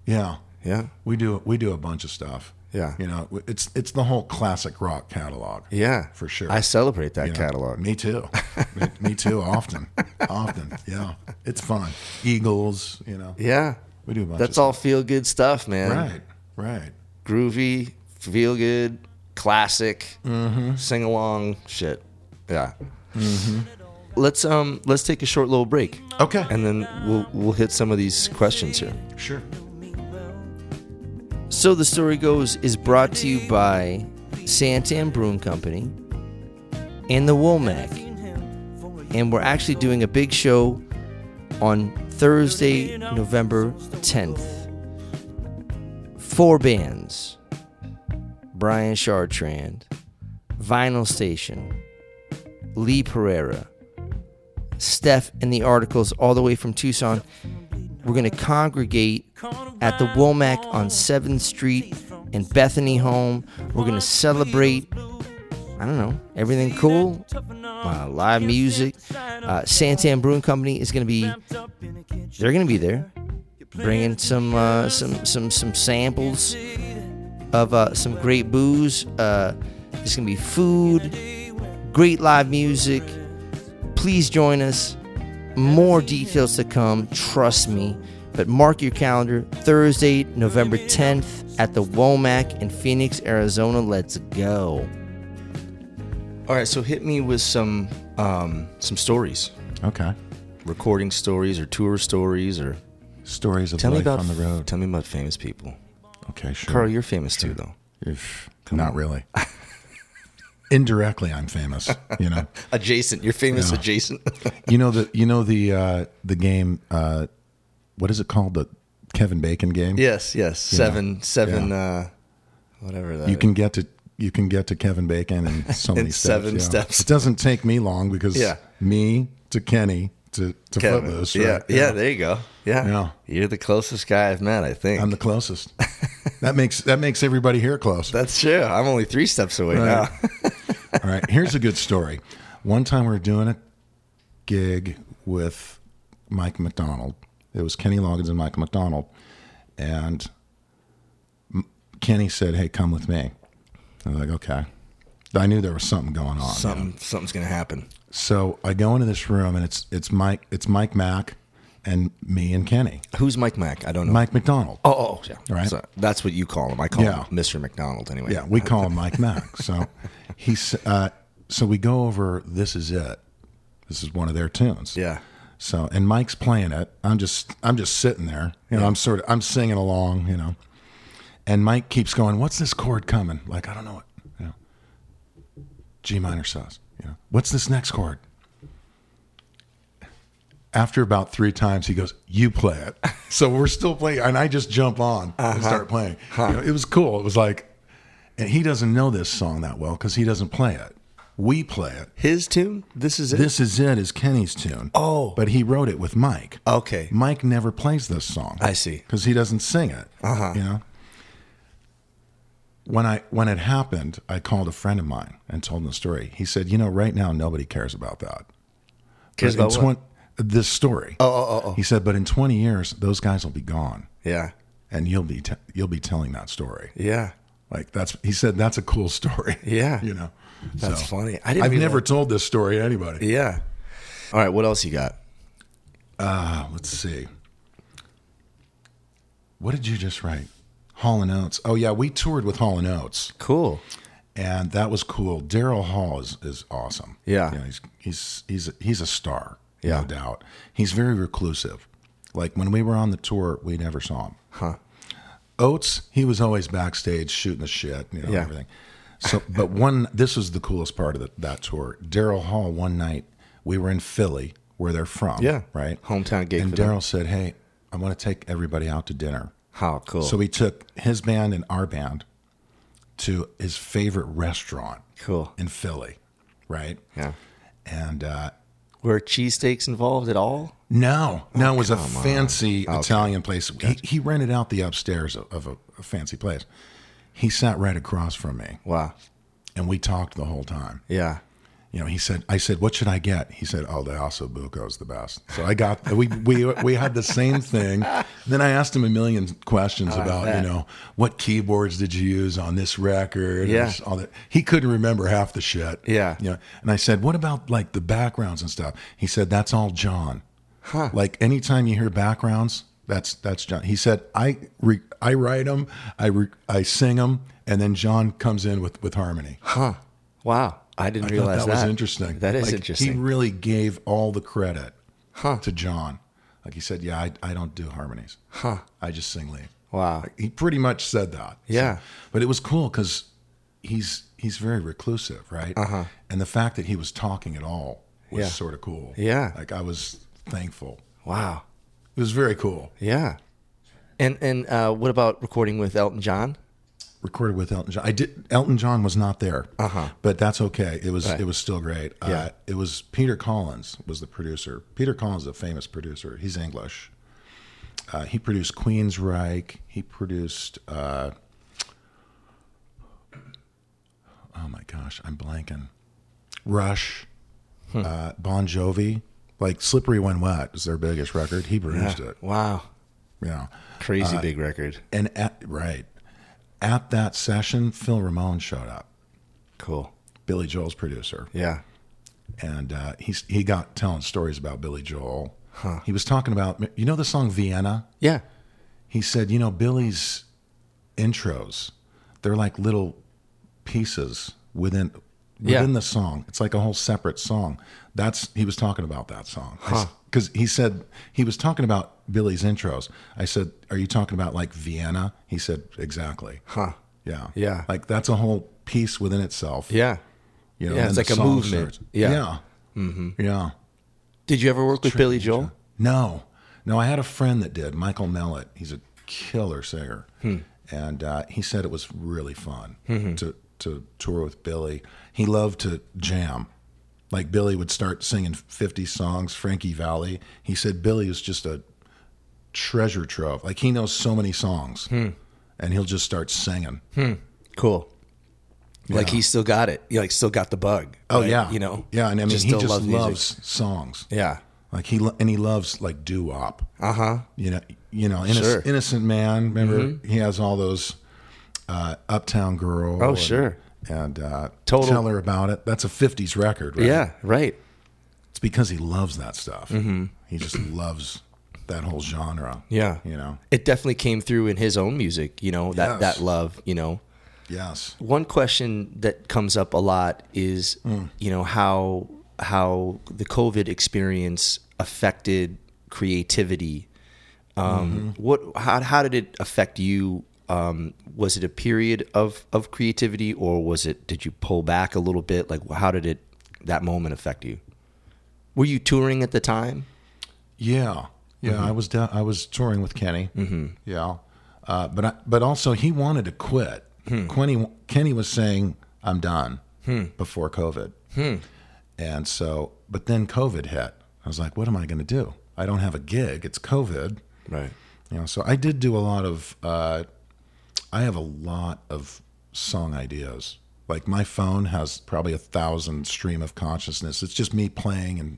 Speaker 3: Yeah.
Speaker 2: Yeah.
Speaker 3: We do we do a bunch of stuff.
Speaker 2: Yeah.
Speaker 3: You know, it's it's the whole classic rock catalog.
Speaker 2: Yeah.
Speaker 3: For sure.
Speaker 2: I celebrate that
Speaker 3: You know,
Speaker 2: catalog.
Speaker 3: Me too. me, me too. Often. Often. Yeah. It's fun. Eagles. You know.
Speaker 2: Yeah.
Speaker 3: We do a bunch.
Speaker 2: That's
Speaker 3: of
Speaker 2: all feel good stuff, man.
Speaker 3: stuff. Right. Right.
Speaker 2: Groovy, feel good, classic,
Speaker 3: Mm-hmm.
Speaker 2: sing along shit. Yeah. Let's um let's take a short little break.
Speaker 3: Okay.
Speaker 2: And then we'll we'll hit some of these questions here.
Speaker 3: sure.
Speaker 4: So the story goes is brought to you by Santan Brewing Company and the Womack. And we're actually doing a big show on Thursday, November 10th. Four bands. Brian Chartrand, Vinyl Station, Lee Pereira, Steph and the Articles all the way from Tucson. We're going to congregate at the Womack on 7th Street and Bethany Home. We're going to celebrate, I don't know, everything cool, uh, live music. Uh, Santan Brewing Company is going to be, they're going to be there, bringing some, uh, some, some, some samples of uh, some great booze. Uh, there's going to be food, great live music. Please join us. More details to come, trust me. But mark your calendar Thursday, November 10th at the Womack in Phoenix, Arizona. Let's go.
Speaker 2: All right, so hit me with some um some stories.
Speaker 3: Okay.
Speaker 2: Recording stories or tour stories or
Speaker 3: Stories of
Speaker 2: tell me
Speaker 3: life
Speaker 2: about
Speaker 3: on the road.
Speaker 2: Tell me about famous people.
Speaker 3: okay. Sure.
Speaker 2: Carl, you're famous too though.
Speaker 3: If- not really. Indirectly, I'm famous. You know.
Speaker 2: Adjacent. You're famous
Speaker 3: Yeah.
Speaker 2: adjacent.
Speaker 3: you know the you know the uh, the game. Uh, what is it called? The Kevin Bacon game.
Speaker 2: yes, yes. seven seven
Speaker 3: Yeah.
Speaker 2: uh whatever that
Speaker 3: you can get to you can get to Kevin Bacon in so many
Speaker 2: In
Speaker 3: steps,
Speaker 2: seven
Speaker 3: yeah.
Speaker 2: steps.
Speaker 3: It doesn't take me long because
Speaker 2: Yeah.
Speaker 3: me to Kenny to to
Speaker 2: Kevin.
Speaker 3: Footloose.
Speaker 2: yeah,
Speaker 3: right?
Speaker 2: yeah, There you go. Yeah.
Speaker 3: Yeah.
Speaker 2: you're the closest guy I've met. I think
Speaker 3: I'm the closest. that makes that makes everybody here close.
Speaker 2: that's true. I'm only three steps away
Speaker 3: Right.
Speaker 2: now.
Speaker 3: All right, here's a good story. One time we were doing a gig with Mike McDonald. It was Kenny Loggins and Mike McDonald, and M- Kenny said, "Hey, come with me." I was like, "Okay." I knew there was something going on.
Speaker 2: Something, something's gonna happen.
Speaker 3: So I go into this room and it's it's Mike it's Mike Mack and me and Kenny.
Speaker 2: Who's Mike Mack? I don't know.
Speaker 3: Mike McDonald.
Speaker 2: Oh, oh, yeah.
Speaker 3: Right.
Speaker 2: So that's what you call him. I call
Speaker 3: Yeah.
Speaker 2: him Mr. McDonald. Anyway.
Speaker 3: Yeah, we call him Mike Mack. So he's uh, so we go over this is it. This is one of their tunes.
Speaker 2: Yeah.
Speaker 3: So and Mike's playing it. I'm just I'm just sitting there. You know, I'm sort of I'm singing along, you know. And Mike keeps going, What's this chord coming? Like, I don't know what you know. G minor sus. You know, what's this next chord? After about three times, he goes, "You play it." So we're still playing, and I just jump on
Speaker 5: Uh-huh.
Speaker 3: and start playing. You know, it was cool. It was like, and he doesn't know this song that well because he doesn't play it. We play it.
Speaker 5: His tune? This is it?
Speaker 3: This is it is Kenny's tune.
Speaker 5: Oh.
Speaker 3: but he wrote it with Mike.
Speaker 5: Okay.
Speaker 3: Mike never plays this song.
Speaker 5: Oh. I see.
Speaker 3: Because he doesn't sing it.
Speaker 5: Uh-huh.
Speaker 3: You know. When I when it happened, I called a friend of mine and told him the story. He said, "You know, right now nobody cares about that.
Speaker 5: Cares
Speaker 3: But in
Speaker 5: about what?
Speaker 3: twen- this story." Oh, oh, oh, He said, "But in twenty years, those guys will be gone,
Speaker 5: Yeah.
Speaker 3: and you'll be te- you'll be telling that story."
Speaker 5: Yeah.
Speaker 3: Like that's he said that's a cool story.
Speaker 5: Yeah.
Speaker 3: you know,
Speaker 5: That's
Speaker 3: So,
Speaker 5: funny. I didn't
Speaker 3: I've
Speaker 5: realize-
Speaker 3: never told this story to anybody.
Speaker 5: Yeah. All right. What else you got?
Speaker 3: Uh, let's see. What did you just write? Hall and Oates. Oh yeah, we toured with Hall and Oates,
Speaker 5: Cool.
Speaker 3: and that was cool. Daryl Hall is, is awesome.
Speaker 5: Yeah.
Speaker 3: You know, he's he's he's he's a star.
Speaker 5: Yeah.
Speaker 3: no doubt. He's very reclusive. Like when we were on the tour, we never saw him.
Speaker 5: Huh.
Speaker 3: Oates, he was always backstage shooting the shit, you know,
Speaker 5: Yeah.
Speaker 3: everything. So, but one, this was the coolest part of the, that tour. Daryl Hall, one night, we were in Philly, where they're from.
Speaker 5: Yeah.
Speaker 3: Right?
Speaker 5: Hometown gig
Speaker 3: And
Speaker 5: for them.
Speaker 3: Daryl said, Hey, I want to take everybody out to dinner.
Speaker 5: How Oh, cool.
Speaker 3: So we took his band and our band to his favorite restaurant
Speaker 5: cool.
Speaker 3: in Philly, right?
Speaker 5: Yeah.
Speaker 3: And uh,
Speaker 5: Were cheesesteaks involved at all?
Speaker 3: no,
Speaker 5: Oh,
Speaker 3: no, it was a fancy Italian place. He, he rented out the upstairs of, of a, a fancy place. He sat right across from me.
Speaker 5: Wow.
Speaker 3: and we talked the whole time.
Speaker 5: Yeah.
Speaker 3: You know, he said, "I said, what should I get?" He said, "Oh, the also Buco's the best." So I got we we we had the same thing. Then I asked him a million questions
Speaker 5: Oh,
Speaker 3: about you know what keyboards did you use on this record? and
Speaker 5: Yeah.
Speaker 3: just all that. He couldn't remember half the shit.
Speaker 5: Yeah.
Speaker 3: you know. And I said, "What about like the backgrounds and stuff?" He said, "That's all John." Like anytime you hear backgrounds, that's that's John. He said, "I re- I write them, I re- I sing them, and then John comes in with with harmony."
Speaker 5: Wow. I didn't
Speaker 3: I thought
Speaker 5: realize that.
Speaker 3: was interesting.
Speaker 5: That is
Speaker 3: Like, He
Speaker 5: interesting.
Speaker 3: really gave all the credit to John. Like he said, yeah, I, I don't do harmonies. Huh. I just sing lead.
Speaker 5: wow.
Speaker 3: He pretty much said that.
Speaker 5: Yeah.
Speaker 3: So- but it was cool because he's he's very reclusive, right? Uh-huh. And the fact that he was talking at all was
Speaker 5: Yeah.
Speaker 3: sort of cool.
Speaker 5: Yeah.
Speaker 3: Like I was thankful.
Speaker 5: Wow.
Speaker 3: It was very cool.
Speaker 5: Yeah. And and uh, what about recording with Elton John?
Speaker 3: recorded with Elton John. I did. Elton John was not there, uh-huh. but that's okay. It was it was still great. Uh,
Speaker 5: Yeah.
Speaker 3: it was Peter Collins was the producer. Peter Collins is a famous producer. He's English. Uh, he produced Queensryche. He produced. Uh, oh my gosh, I'm blanking. Rush, uh, Bon Jovi, like "Slippery When Wet" is their biggest record. He produced it.
Speaker 5: Wow.
Speaker 3: Yeah.
Speaker 5: Crazy big record.
Speaker 3: And at right at that session, Phil Ramone showed up,
Speaker 5: Cool.
Speaker 3: Billy Joel's producer,
Speaker 5: Yeah.
Speaker 3: and uh, he he got telling stories about Billy Joel. He was talking about you know the song Vienna.
Speaker 5: Yeah.
Speaker 3: He said you know Billy's intros, they're like little pieces within
Speaker 5: Yeah.
Speaker 3: within the song. It's like a whole separate song. That's he was talking about that song because he said he was talking about Billy's intros. I said, "Are you talking about like Vienna?" He said, "Exactly."
Speaker 5: Huh.
Speaker 3: Yeah.
Speaker 5: Yeah.
Speaker 3: Like that's a whole piece within itself.
Speaker 5: Yeah.
Speaker 3: You
Speaker 5: Yeah,
Speaker 3: and
Speaker 5: it's
Speaker 3: the
Speaker 5: like a
Speaker 3: song
Speaker 5: movement.
Speaker 3: starts.
Speaker 5: Yeah.
Speaker 3: Yeah. Mm-hmm. yeah.
Speaker 5: Did you ever work with Billy Joel?
Speaker 3: No. No, I had a friend that did, Michael Mellett. He's a killer singer.
Speaker 5: Hmm.
Speaker 3: And uh, he said it was really fun
Speaker 5: Mm-hmm.
Speaker 3: to, to tour with Billy. He loved to jam. Like Billy would start singing 50 songs, Frankie Valley. He said Billy was just a treasure trove. Like he knows so many songs.
Speaker 5: Hmm.
Speaker 3: And he'll just start singing.
Speaker 5: Cool. Like he still got it. He like still got the bug.
Speaker 3: Oh
Speaker 5: right?
Speaker 3: yeah,
Speaker 5: You know.
Speaker 3: yeah, and I mean he
Speaker 5: still
Speaker 3: just
Speaker 5: loves
Speaker 3: loves,
Speaker 5: music.
Speaker 3: songs.
Speaker 5: Yeah.
Speaker 3: like he lo- and he loves like doo wop.
Speaker 5: Uh huh.
Speaker 3: You know, you know, inno-
Speaker 5: Sure. Mm-hmm.
Speaker 3: innocent man. Remember, he has all those uh, Uptown Girl.
Speaker 5: Oh,
Speaker 3: and-
Speaker 5: sure.
Speaker 3: And uh,
Speaker 5: Total-
Speaker 3: tell her about it. That's a '50s record, right?
Speaker 5: Yeah. Right.
Speaker 3: it's because he loves that stuff. He just loves that whole genre.
Speaker 5: Yeah.
Speaker 3: you know,
Speaker 5: It definitely came through in his own music. You know
Speaker 3: Yes.
Speaker 5: that that love. You know.
Speaker 3: yes,
Speaker 5: One question that comes up a lot is, you know, how how the COVID experience affected creativity. Um, What how how did it affect you um, was it a period of of creativity, or was it? Did you pull back a little bit? Like, how did it that moment affect you? Were you touring at the time?
Speaker 3: Yeah, yeah. I was down, I was touring with Kenny. Mm-hmm. Yeah, uh, but I, but also he wanted to quit. Kenny Kenny was saying I'm done before COVID, and so but then COVID hit. I was like, what am I going to do? I don't have a gig. It's COVID.
Speaker 5: Right.
Speaker 3: You know, so I did do a lot of. Uh, I have a lot of song ideas. Like my phone has probably a thousand stream of consciousness. It's just me playing and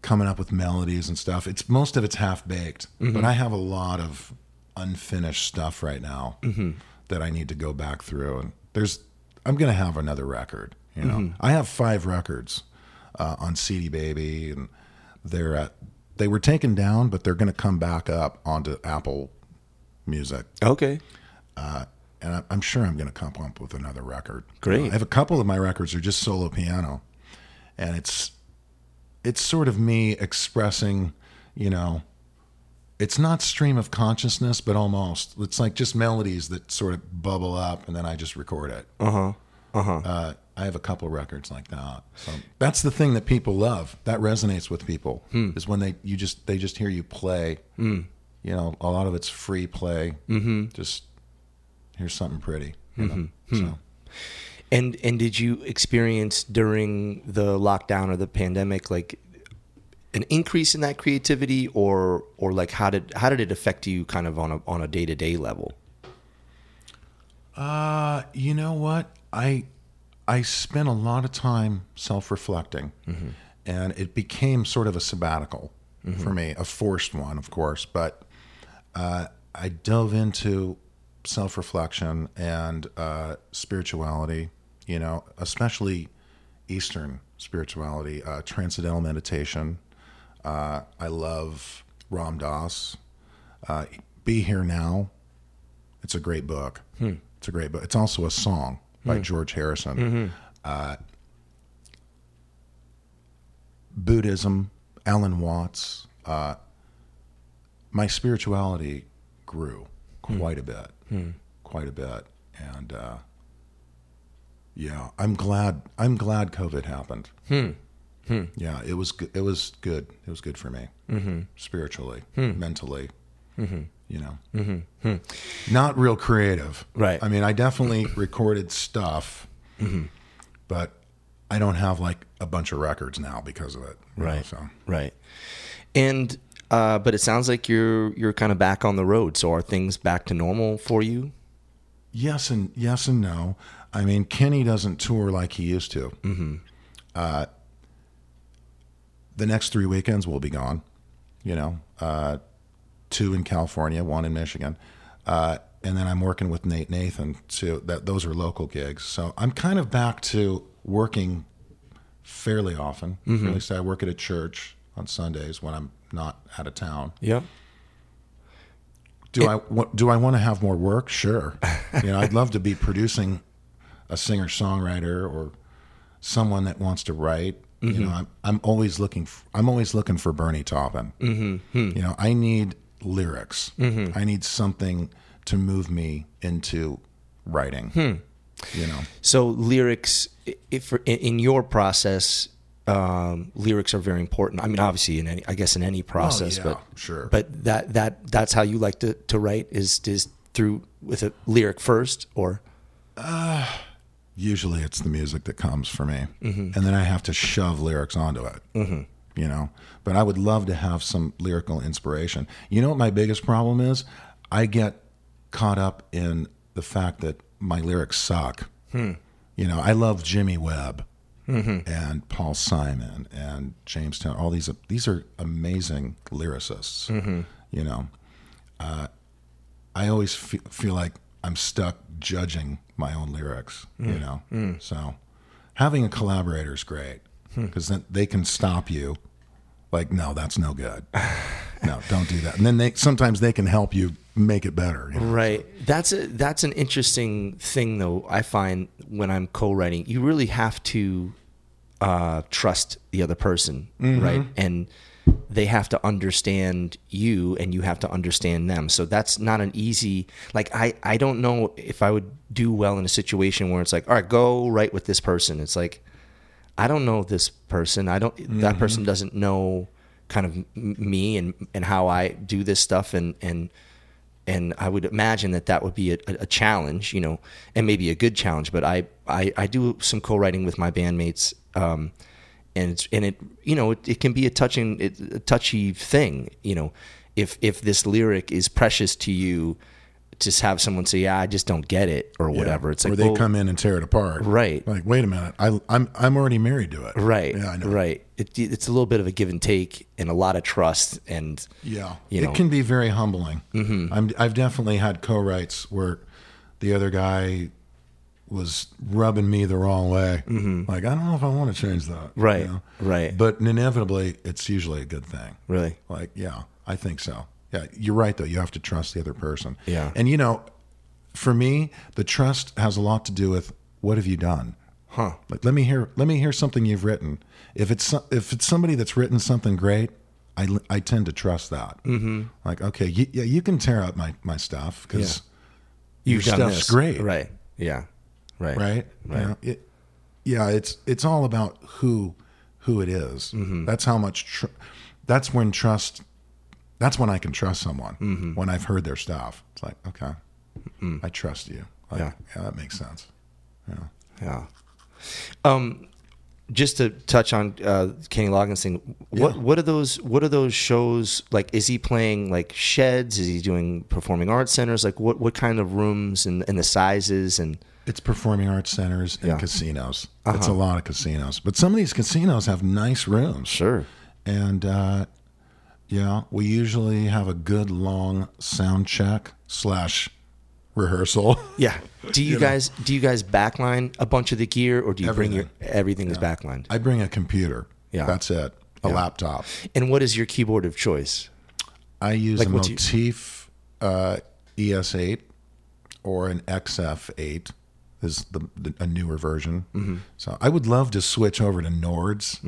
Speaker 3: coming up with melodies and stuff. It's most of it's half baked, but I have a lot of unfinished stuff right now that I need to go back through. And there's, I'm gonna have another record. You know, I have five records uh, on CD Baby, and they're at, they were taken down, but they're gonna come back up onto Apple Music
Speaker 5: Okay.
Speaker 3: and I- I'm sure I'm going to come up with another record.
Speaker 5: Great.
Speaker 3: I have a couple of my records are just solo piano, and it's it's sort of me expressing, you know, it's not stream of consciousness, but almost. It's like just melodies that sort of bubble up, and then I just record it. Uh-huh. Uh-huh. I have a couple records like that. So that's the thing that people love. That resonates with people is when they you just they just hear you play. You know, a lot of it's free play. Hmm. Mm-hmm. Just here's something pretty. You know? So
Speaker 5: And and did you experience during the lockdown or the pandemic like an increase in that creativity or or like how did how did it affect you kind of on a on a day-to-day level?
Speaker 3: Uh, you know what? I I spent a lot of time self-reflecting, and it became sort of a sabbatical for me, a forced one, of course. But uh, I dove into self-reflection and uh, spirituality. You know, especially Eastern spirituality, uh, transcendental meditation. Uh, I love Ram Dass. Uh, Be here now. It's a great book. It's a great book. It's also a song by George Harrison. Uh, Buddhism, Alan Watts. Uh, my spirituality grew quite a bit, quite a bit, and uh, yeah, I'm glad. I'm glad COVID happened. Yeah, it was. Good. It was good. It was good for me spiritually, mentally. You know not real creative.
Speaker 5: Right.
Speaker 3: I mean, I definitely recorded stuff, but I don't have like a bunch of records now because of it. you know, so
Speaker 5: Right. And uh, but it sounds like you're you're kind of back on the road. So are things back to normal for you?
Speaker 3: yes and yes and no. I mean, Kenny doesn't tour like he used to. Mm-hmm. Uh, the next three weekends will be gone. You know, uh, two in California, one in Michigan, uh, and then I'm working with Nate Nathan too. That those are local gigs, so I'm kind of back to working fairly often. At least I work at a church on Sundays when I'm not out of town.
Speaker 5: Yep.
Speaker 3: Do I wa- do I want to have more work? Sure. You know, I'd love to be producing a singer songwriter or someone that wants to write. You know, I'm I'm always looking for, I'm always looking for Bernie Taupin. Mm-hmm. You know, I need lyrics. I need something to move me into writing. You know,
Speaker 5: So lyrics, i- if in- in your process, um, lyrics are very important. I mean, obviously, in any, I guess, in any process,
Speaker 3: Oh, yeah,
Speaker 5: but
Speaker 3: sure.
Speaker 5: But that that that's how you like to, to write is is through with a lyric first, or
Speaker 3: usually it's the music that comes for me and then i have to shove lyrics onto it mm-hmm. you know but i would love to have some lyrical inspiration you know what my biggest problem is i get caught up in the fact that my lyrics suck you know i love jimmy webb and paul simon and james town all these these are amazing lyricists you know I always fe- feel like I'm stuck judging my own lyrics,
Speaker 5: Mm.
Speaker 3: you know. So having a collaborator is great
Speaker 5: Hmm.
Speaker 3: because then they can stop you. Like, no, that's no good. no, don't do that. And then they sometimes they can help you make it better. you know?
Speaker 5: Right. That's a that's an interesting thing though. I find when I'm co-writing, you really have to uh, trust the other person, right? And they have to understand you and you have to understand them. So that's not an easy like I I don't know if I would do well in a situation where it's like, "All right, go right with this person." It's like I don't know this person. I don't
Speaker 3: Mm-hmm.
Speaker 5: that person doesn't know kind of m- me and and how I do this stuff and and and I would imagine that that would be a, a challenge, you know, and maybe a good challenge. But I, I, I do some co-writing with my bandmates, um, and it's, and it, you know, it, it can be a touching, it, a touchy thing, you know, if if this lyric is precious to you, just have someone say, yeah, I just don't get it or whatever. It's like
Speaker 3: or they
Speaker 5: well,
Speaker 3: come in and tear it apart.
Speaker 5: Right.
Speaker 3: Like, wait a minute. I, I'm I'm already married to it.
Speaker 5: right,
Speaker 3: Yeah, I know.
Speaker 5: right. It, it's a little bit of a give and take and a lot of trust and
Speaker 3: Yeah.
Speaker 5: You
Speaker 3: it
Speaker 5: know.
Speaker 3: can be very humbling. Mm-hmm. I'm, I've definitely had co-writes where the other guy was rubbing me the wrong way. Like, I don't know if I want to change that. you
Speaker 5: Mm-hmm. Right,
Speaker 3: know?
Speaker 5: right.
Speaker 3: But inevitably, it's usually a good thing.
Speaker 5: really,
Speaker 3: Like, yeah, I think so. Yeah, you're right though. You have to trust the other person.
Speaker 5: Yeah.
Speaker 3: And you know, for me, the trust has a lot to do with what have you done?
Speaker 5: huh?
Speaker 3: Like let me hear let me hear something you've written. If it's so- if it's somebody that's written something great, I l- I tend to trust that. Mm-hmm. Like okay, you, yeah, you can tear up my my stuff because
Speaker 5: You've
Speaker 3: your
Speaker 5: done
Speaker 3: stuff's
Speaker 5: this.
Speaker 3: great,
Speaker 5: right? Yeah, right,
Speaker 3: right?
Speaker 5: Right.
Speaker 3: Yeah, it, yeah, it's it's all about who who it is.
Speaker 5: Mm-hmm.
Speaker 3: That's how much. Tr- that's when trust. That's when I can trust someone
Speaker 5: Mm-hmm.
Speaker 3: when I've heard their stuff. It's like okay, I trust you. Like,
Speaker 5: Mm. Yeah.
Speaker 3: that makes sense.
Speaker 5: Yeah. Um, just to touch on uh, Kenny Loggins thing, what
Speaker 3: Yeah.
Speaker 5: what are those what are those shows like? Is he playing like sheds? Is he doing performing arts centers? Like what what kind of rooms and, and the sizes and
Speaker 3: It's performing arts centers and
Speaker 5: Yeah. Uh-huh.
Speaker 3: casinos. It's a lot of casinos, but some of these casinos have nice rooms.
Speaker 5: sure,
Speaker 3: and uh, yeah, we usually have a good long sound check slash rehearsal.
Speaker 5: yeah. Do you, guys do you guys backline a bunch of the gear or do you bring your everything is backlined?
Speaker 3: I bring a computer.
Speaker 5: Yeah.
Speaker 3: that's it. A laptop.
Speaker 5: And what is your keyboard of choice?
Speaker 3: I use a
Speaker 5: what's you-
Speaker 3: Motif uh, ES8 or an XF8 is the, the a newer version. So I would love to switch over to Nords,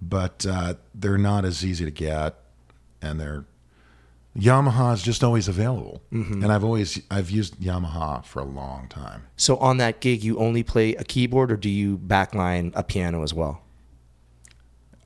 Speaker 3: but uh, they're not as easy to get, and they're Yamaha's just always available. And I've always I've used Yamaha for a long time.
Speaker 5: So on that gig, you only play a keyboard or do you backline a piano as well?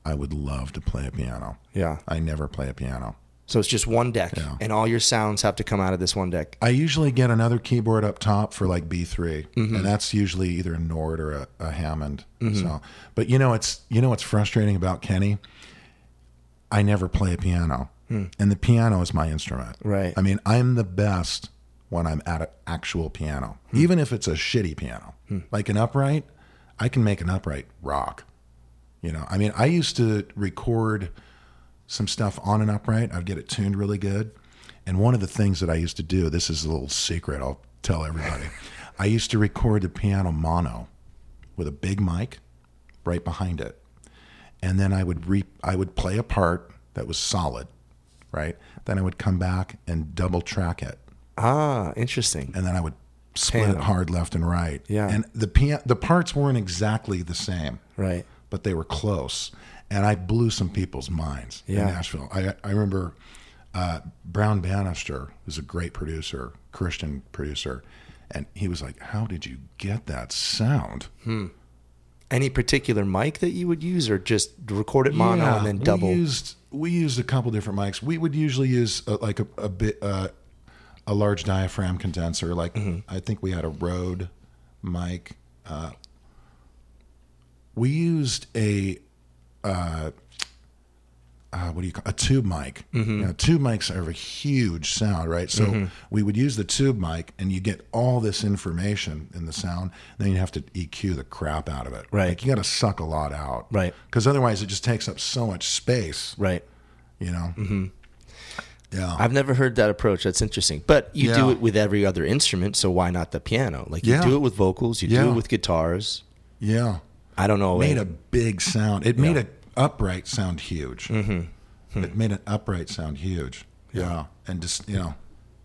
Speaker 3: I would love to play a piano.
Speaker 5: Yeah.
Speaker 3: I never play a piano.
Speaker 5: So it's just one deck,
Speaker 3: Yeah.
Speaker 5: and all your sounds have to come out of this one deck.
Speaker 3: I usually get another keyboard up top for like B3, and that's usually either a Nord or a, a Hammond. So, but you know, it's you know what's frustrating about Kenny. I never play a piano, and the piano is my instrument.
Speaker 5: Right.
Speaker 3: I mean, I'm the best when I'm at an actual piano, even if it's a shitty piano, like an upright. I can make an upright rock. You know, I mean, I used to record some stuff on an upright. I'd get it tuned really good. And one of the things that I used to do, this is a little secret I'll tell everybody. I used to record the piano mono with a big mic right behind it. And then I would re I would play a part that was solid, right? Then I would come back and double track it.
Speaker 5: Ah, interesting.
Speaker 3: And then I would split it
Speaker 5: Tandem.
Speaker 3: hard left and right.
Speaker 5: Yeah.
Speaker 3: And the pian- the parts weren't exactly the same
Speaker 5: Right.
Speaker 3: but they were close. And I blew some people's minds in
Speaker 5: Yeah.
Speaker 3: Nashville. I, I remember uh, Brown Bannister was a great producer, Christian producer, and he was like, "How did you get that sound?"
Speaker 5: Any particular mic that you would use, or just record it mono
Speaker 3: Yeah,
Speaker 5: and then double?
Speaker 3: We used we used a couple different mics. We would usually use uh like a, a bit uh, a large diaphragm condenser. Like
Speaker 5: Mm-hmm.
Speaker 3: I think we had a Rode mic. Uh, we used a uh, what do you call a tube mic?
Speaker 5: Mm-hmm.
Speaker 3: You know, tube mics are a huge sound, right? So we would use the tube mic, and you get all this information in the sound. Then you have to EQ the crap out of it.
Speaker 5: Right.
Speaker 3: Like you got to suck a lot out.
Speaker 5: Right.
Speaker 3: Because otherwise, it just takes up so much space.
Speaker 5: right.
Speaker 3: You know. Mm-hmm. Yeah.
Speaker 5: I've never heard that approach. That's interesting. But you do
Speaker 3: Yeah.
Speaker 5: it with every other instrument, so why not the piano? Like you
Speaker 3: Yeah.
Speaker 5: do it with vocals, you do
Speaker 3: Yeah.
Speaker 5: it with guitars.
Speaker 3: yeah.
Speaker 5: I don't know.
Speaker 3: Made
Speaker 5: eh?
Speaker 3: a big sound. It made an upright sound huge. It made an upright sound huge. Yeah. And just you know,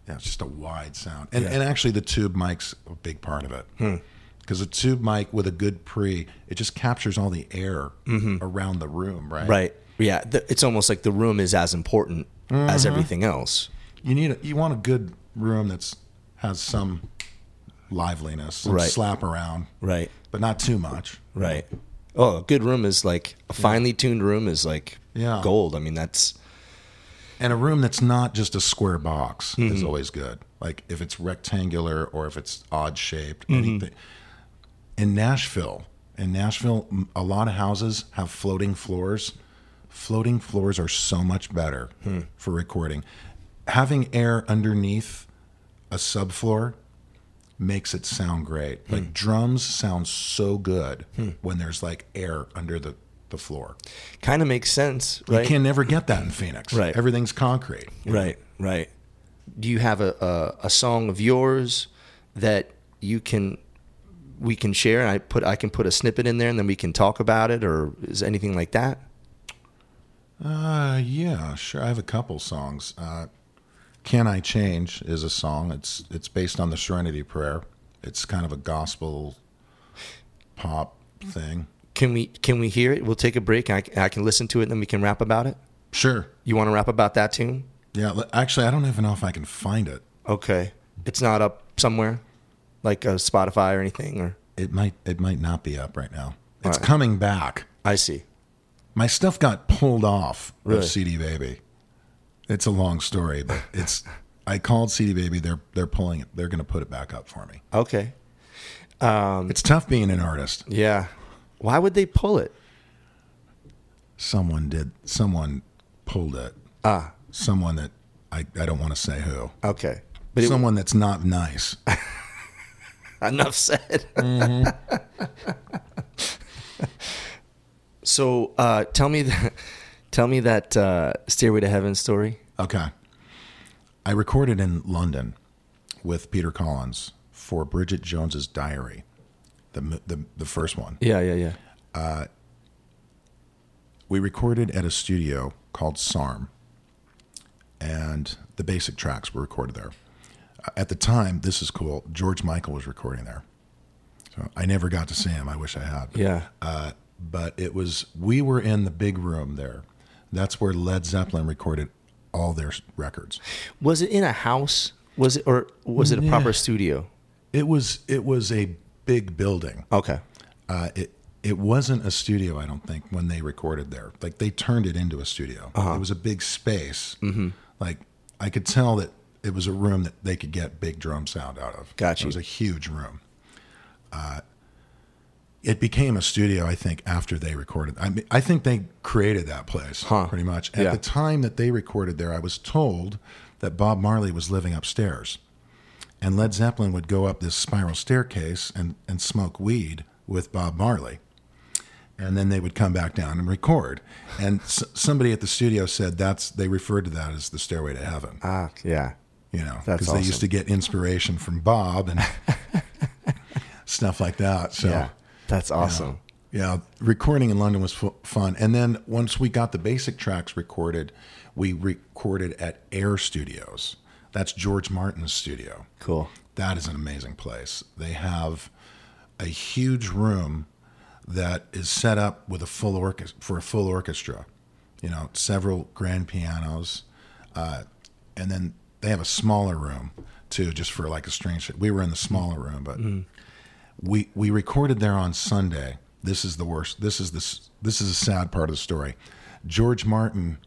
Speaker 3: yeah, it's just a wide sound. And and actually, the tube mic's a big part of it. Because a tube mic with a good pre, it just captures all the air around the room, right?
Speaker 5: right. yeah, the, it's almost like the room is as important
Speaker 3: Mm-hmm.
Speaker 5: as everything else.
Speaker 3: You need a, you want a good room that's has some liveliness, some
Speaker 5: Right.
Speaker 3: slap around,
Speaker 5: Right.
Speaker 3: but not too much.
Speaker 5: Right. Oh, a good room is like a finely tuned room is like
Speaker 3: Yeah.
Speaker 5: gold. I mean, that's
Speaker 3: And a room that's not just a square box is always good. Like if it's rectangular or if it's odd shaped, anything. In Nashville, in Nashville, m- a lot of houses have floating floors. Floating floors are so much better for recording. Having air underneath a subfloor makes it sound great. Like drums sound so good when there's like air under the, the floor.
Speaker 5: kind of makes sense,
Speaker 3: You
Speaker 5: right?
Speaker 3: can never get that in Phoenix.
Speaker 5: Right.
Speaker 3: Everything's concrete.
Speaker 5: Right, right. Do you have a, a a song of yours that you can we can share and I put I can put a snippet in there and then we can talk about it or is anything like that?
Speaker 3: Uh, yeah, sure. I have a couple songs. Uh, "Can I Change" is a song. It's it's based on the Serenity Prayer. It's kind of a gospel pop thing.
Speaker 5: Can we can we hear it? We'll take a break and I, c- I can listen to it and then we can rap about it.
Speaker 3: Sure.
Speaker 5: You want to rap about that tune?
Speaker 3: Yeah. li- Actually, I don't even know if I can find it.
Speaker 5: Okay. It's not up somewhere like uh, Spotify or anything or
Speaker 3: It might it might not be up right now. It's
Speaker 5: Alright.
Speaker 3: coming back.
Speaker 5: I see.
Speaker 3: My stuff got pulled off
Speaker 5: Really?
Speaker 3: of CD Baby. It's a long story, but it's. I called CD Baby. They're they're pulling it. They're going to put it back up for me.
Speaker 5: Okay.
Speaker 3: It's tough being an artist.
Speaker 5: Yeah. Why would they pull it?
Speaker 3: someone did someone pulled it ah someone that i, I don't want to say who
Speaker 5: Okay. But it,
Speaker 3: someone that's not nice
Speaker 5: Enough said. Mm-hmm. so uh, tell me, that, tell me that uh, Stairway to Heaven story.
Speaker 3: okay i recorded in london with peter collins for bridget jones's diary the, m- the, the first one
Speaker 5: Yeah, yeah, yeah.
Speaker 3: we recorded at a studio called SARM, and the basic tracks were recorded there. At the time, this is cool. George Michael was recording there, so I never got to see him. I wish I had.
Speaker 5: Yeah.
Speaker 3: Uh, but it was we were in the big room there. That's where Led Zeppelin recorded all their s- records.
Speaker 5: Was it in a house? Was it or was it a proper studio?
Speaker 3: It was it was a big building.
Speaker 5: Okay.
Speaker 3: Uh, it it wasn't a studio, I don't think, when they recorded there. Like they turned it into a studio.
Speaker 5: Uh-huh.
Speaker 3: It was a big space. Mm-hmm. Like I could tell that it was a room that they could get big drum sound out of.
Speaker 5: Got
Speaker 3: It
Speaker 5: you.
Speaker 3: was a huge room. Uh, it became a studio, I think, after they recorded. I mean, I think they created that place
Speaker 5: Huh.
Speaker 3: pretty much. At
Speaker 5: Yeah.
Speaker 3: the time that they recorded there, I was told that Bob Marley was living upstairs and Led Zeppelin would go up this spiral staircase and, and smoke weed with Bob Marley. And then they would come back down and record. And s- somebody at the studio said that's they referred to that as the stairway to heaven.
Speaker 5: Ah, yeah.
Speaker 3: You know,
Speaker 5: That's
Speaker 3: because they used
Speaker 5: awesome.
Speaker 3: to get inspiration from Bob and stuff like that. So
Speaker 5: Yeah. That's awesome.
Speaker 3: yeah, recording in London was fu- fun. And then once we got the basic tracks recorded, we recorded at Air Studios. That's George Martin's studio.
Speaker 5: Cool.
Speaker 3: That is an amazing place. They have a huge room that is set up with a full orchestra for a full orchestra. You know, several grand pianos, uh, and then they have a smaller room too, just for like a strange. We were in the smaller room, but we we recorded there on Sunday. This is the worst. This is this this is a sad part of the story. George Martin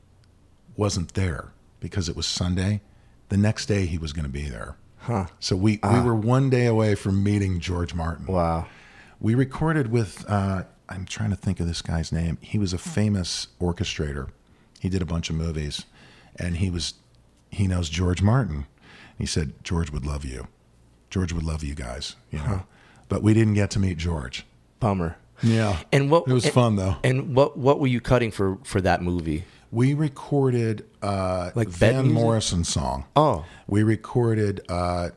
Speaker 3: wasn't there because it was Sunday. The next day he was going to be there. Huh. So we we were one day away from meeting George Martin.
Speaker 5: Wow.
Speaker 3: We recorded with uh, I'm trying to think of this guy's name. He was a famous orchestrator. He did a bunch of movies, and he was he knows George Martin. He said George would love you. George would love you guys. You know, but we didn't get to meet George.
Speaker 5: Bummer.
Speaker 3: Yeah,
Speaker 5: And what
Speaker 3: it was
Speaker 5: and-
Speaker 3: fun though.
Speaker 5: And what what were you cutting for for that movie?
Speaker 3: We recorded uh,
Speaker 5: Like bed
Speaker 3: Van
Speaker 5: music?
Speaker 3: Morrison song.
Speaker 5: Oh.
Speaker 3: We recorded. Uh,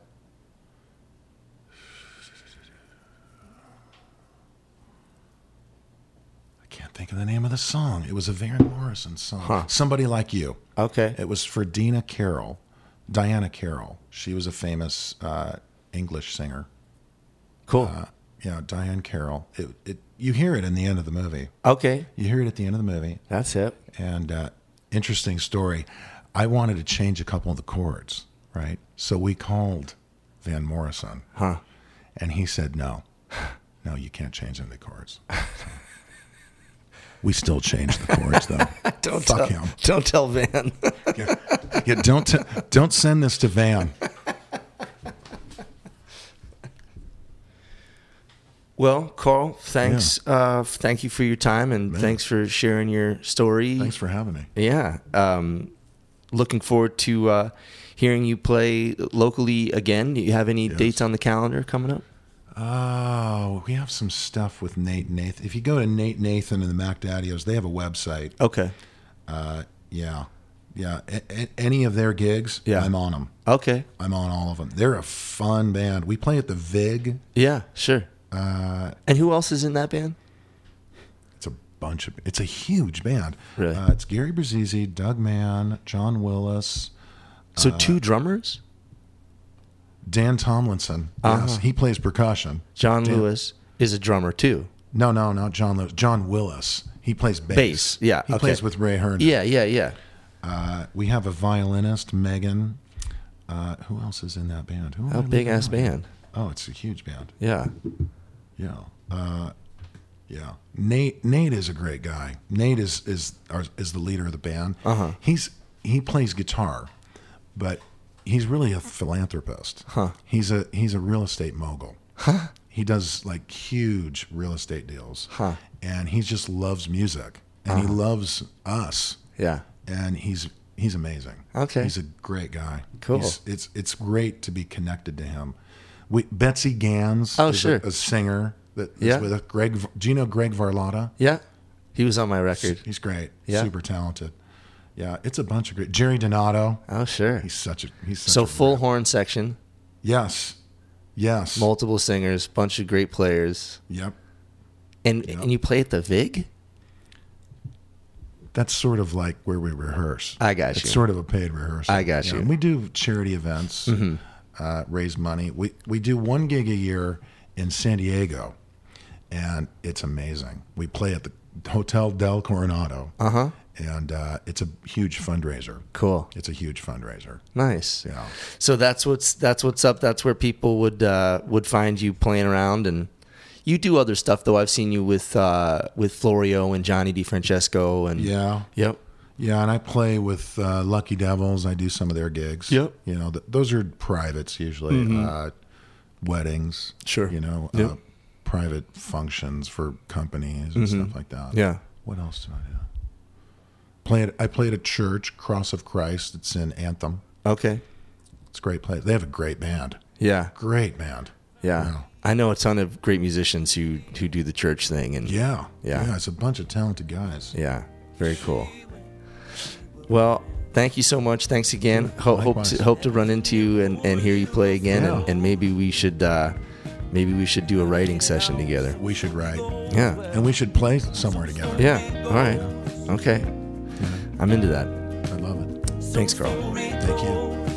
Speaker 3: I can't think of the name of the song. It was a Van Morrison song. Somebody like you.
Speaker 5: Okay.
Speaker 3: It was for Dina Carroll, Diana Carroll. She was a famous uh, English singer
Speaker 5: Cool.
Speaker 3: you know, Diane Carroll. It, it, you hear it in the end of the movie.
Speaker 5: Okay,
Speaker 3: You hear it at the end of the movie.
Speaker 5: that's it.
Speaker 3: And uh, interesting story. I wanted to change a couple of the chords, right? So we called Van Morrison.
Speaker 5: Huh.
Speaker 3: And he said, no, no, you can't change any of the chords. So we still change the chords, though.
Speaker 5: Don't
Speaker 3: Fuck
Speaker 5: tell,
Speaker 3: him.
Speaker 5: Don't tell Van.
Speaker 3: Yeah, don't, t- don't send this to Van.
Speaker 5: well, Carl, thanks. Uh, thank you for your time and thanks for sharing your story.
Speaker 3: Thanks for having me.
Speaker 5: Yeah. Um, looking forward to uh, hearing you play locally again. Do you have any dates on the calendar coming up?
Speaker 3: Oh, we have some stuff with Nate Nathan. If you go to Nate Nathan and the Mac Daddios, they have a website. uh,
Speaker 5: Okay.
Speaker 3: Yeah, yeah. A- a- any of their gigs,
Speaker 5: Yeah.
Speaker 3: I'm on them.
Speaker 5: Okay.
Speaker 3: I'm on all of them. They're a fun band. We play at the Vig.
Speaker 5: Yeah, sure.
Speaker 3: Uh,
Speaker 5: And who else is in that band?
Speaker 3: it's a bunch of. It's a huge band.
Speaker 5: Really?
Speaker 3: Uh, it's Gary Brazizi, Doug Mann, John Willis, Uh,
Speaker 5: So two drummers,
Speaker 3: Dan Tomlinson. Yes,
Speaker 5: Uh-huh.
Speaker 3: he plays percussion.
Speaker 5: John
Speaker 3: Dan-
Speaker 5: Lewis is a drummer too.
Speaker 3: No, no, not John Lewis. John Willis. He plays bass.
Speaker 5: Bass, yeah,
Speaker 3: He
Speaker 5: okay.
Speaker 3: plays with Ray Herndon.
Speaker 5: Yeah, yeah, yeah.
Speaker 3: Uh, we have a violinist, Megan. Uh, who else is in that band? Who am I
Speaker 5: A big
Speaker 3: leaving
Speaker 5: ass
Speaker 3: out?
Speaker 5: band.
Speaker 3: Oh, it's a huge band.
Speaker 5: Yeah.
Speaker 3: Yeah. Uh, yeah. Nate Nate is a great guy. Nate is is our, is the leader of the band. Uh-huh. He's he plays guitar, but he's really a philanthropist. Huh. He's a he's a real estate mogul. Huh. He does like huge real estate deals.
Speaker 5: Huh.
Speaker 3: And he just loves music and he loves us
Speaker 5: Yeah.
Speaker 3: and he's he's amazing.
Speaker 5: Okay.
Speaker 3: he's a great guy.
Speaker 5: Cool.
Speaker 3: He's- it's it's great to be connected to him. We, Betsy Gans,
Speaker 5: Oh,
Speaker 3: is
Speaker 5: sure.
Speaker 3: a, a singer that is
Speaker 5: Yeah.
Speaker 3: with a Greg. V- Do you know Greg Varlotta?
Speaker 5: Yeah. He was on my record.
Speaker 3: He's great.
Speaker 5: Yeah.
Speaker 3: super talented. Yeah, it's a bunch of great. Jerry Donato.
Speaker 5: Oh, sure.
Speaker 3: He's such a he's such
Speaker 5: So
Speaker 3: a
Speaker 5: full
Speaker 3: rad-
Speaker 5: horn section,
Speaker 3: Yes, yes.
Speaker 5: multiple singers, bunch of great players.
Speaker 3: yep.
Speaker 5: And and you play at the Vig?
Speaker 3: That's sort of like where we rehearse.
Speaker 5: I got
Speaker 3: It's
Speaker 5: you.
Speaker 3: sort of a paid rehearsal.
Speaker 5: I got you. Mm-hmm.
Speaker 3: and we do charity events, uh, raise money. We we do one gig a year in San Diego, and it's amazing. We play at the Hotel Del Coronado, uh-huh. and uh, it's a huge fundraiser.
Speaker 5: Cool.
Speaker 3: It's a huge fundraiser.
Speaker 5: Nice.
Speaker 3: Yeah.
Speaker 5: So that's what's that's what's up. That's where people would uh, would find you playing around, and you do other stuff though. I've seen you with uh, with Florio and Johnny DiFrancesco, and
Speaker 3: Yeah.
Speaker 5: yep,
Speaker 3: Yeah, and I play with uh, Lucky Devils. I do some of their gigs.
Speaker 5: Yep. Mm-hmm.
Speaker 3: You know, th- those are privates usually. Uh, weddings.
Speaker 5: Sure.
Speaker 3: You know, uh,
Speaker 5: Yep.
Speaker 3: private functions for companies and stuff like that.
Speaker 5: Mm-hmm. Yeah.
Speaker 3: What else do I do? Play at, I played at church, Cross of Christ. It's in Anthem.
Speaker 5: okay,
Speaker 3: It's a great place. They have a great band.
Speaker 5: yeah,
Speaker 3: Great band.
Speaker 5: yeah.
Speaker 3: Wow.
Speaker 5: I know a ton of great musicians who who do the church thing, and
Speaker 3: Yeah.
Speaker 5: Yeah.
Speaker 3: Yeah. It's a bunch of talented guys.
Speaker 5: yeah, very cool. Well, thank you so much. Thanks again. Ho- hope
Speaker 3: likewise.
Speaker 5: to, hope to run into you and, and hear you play again, and,
Speaker 3: Yeah.
Speaker 5: and maybe we should uh, maybe we should do a writing session together.
Speaker 3: We should write
Speaker 5: Yeah.
Speaker 3: and we should play somewhere together.
Speaker 5: Yeah. All
Speaker 3: Mm-hmm.
Speaker 5: right. Okay. I'm into that.
Speaker 3: I love it.
Speaker 5: Thanks, Carl.
Speaker 3: Thank you.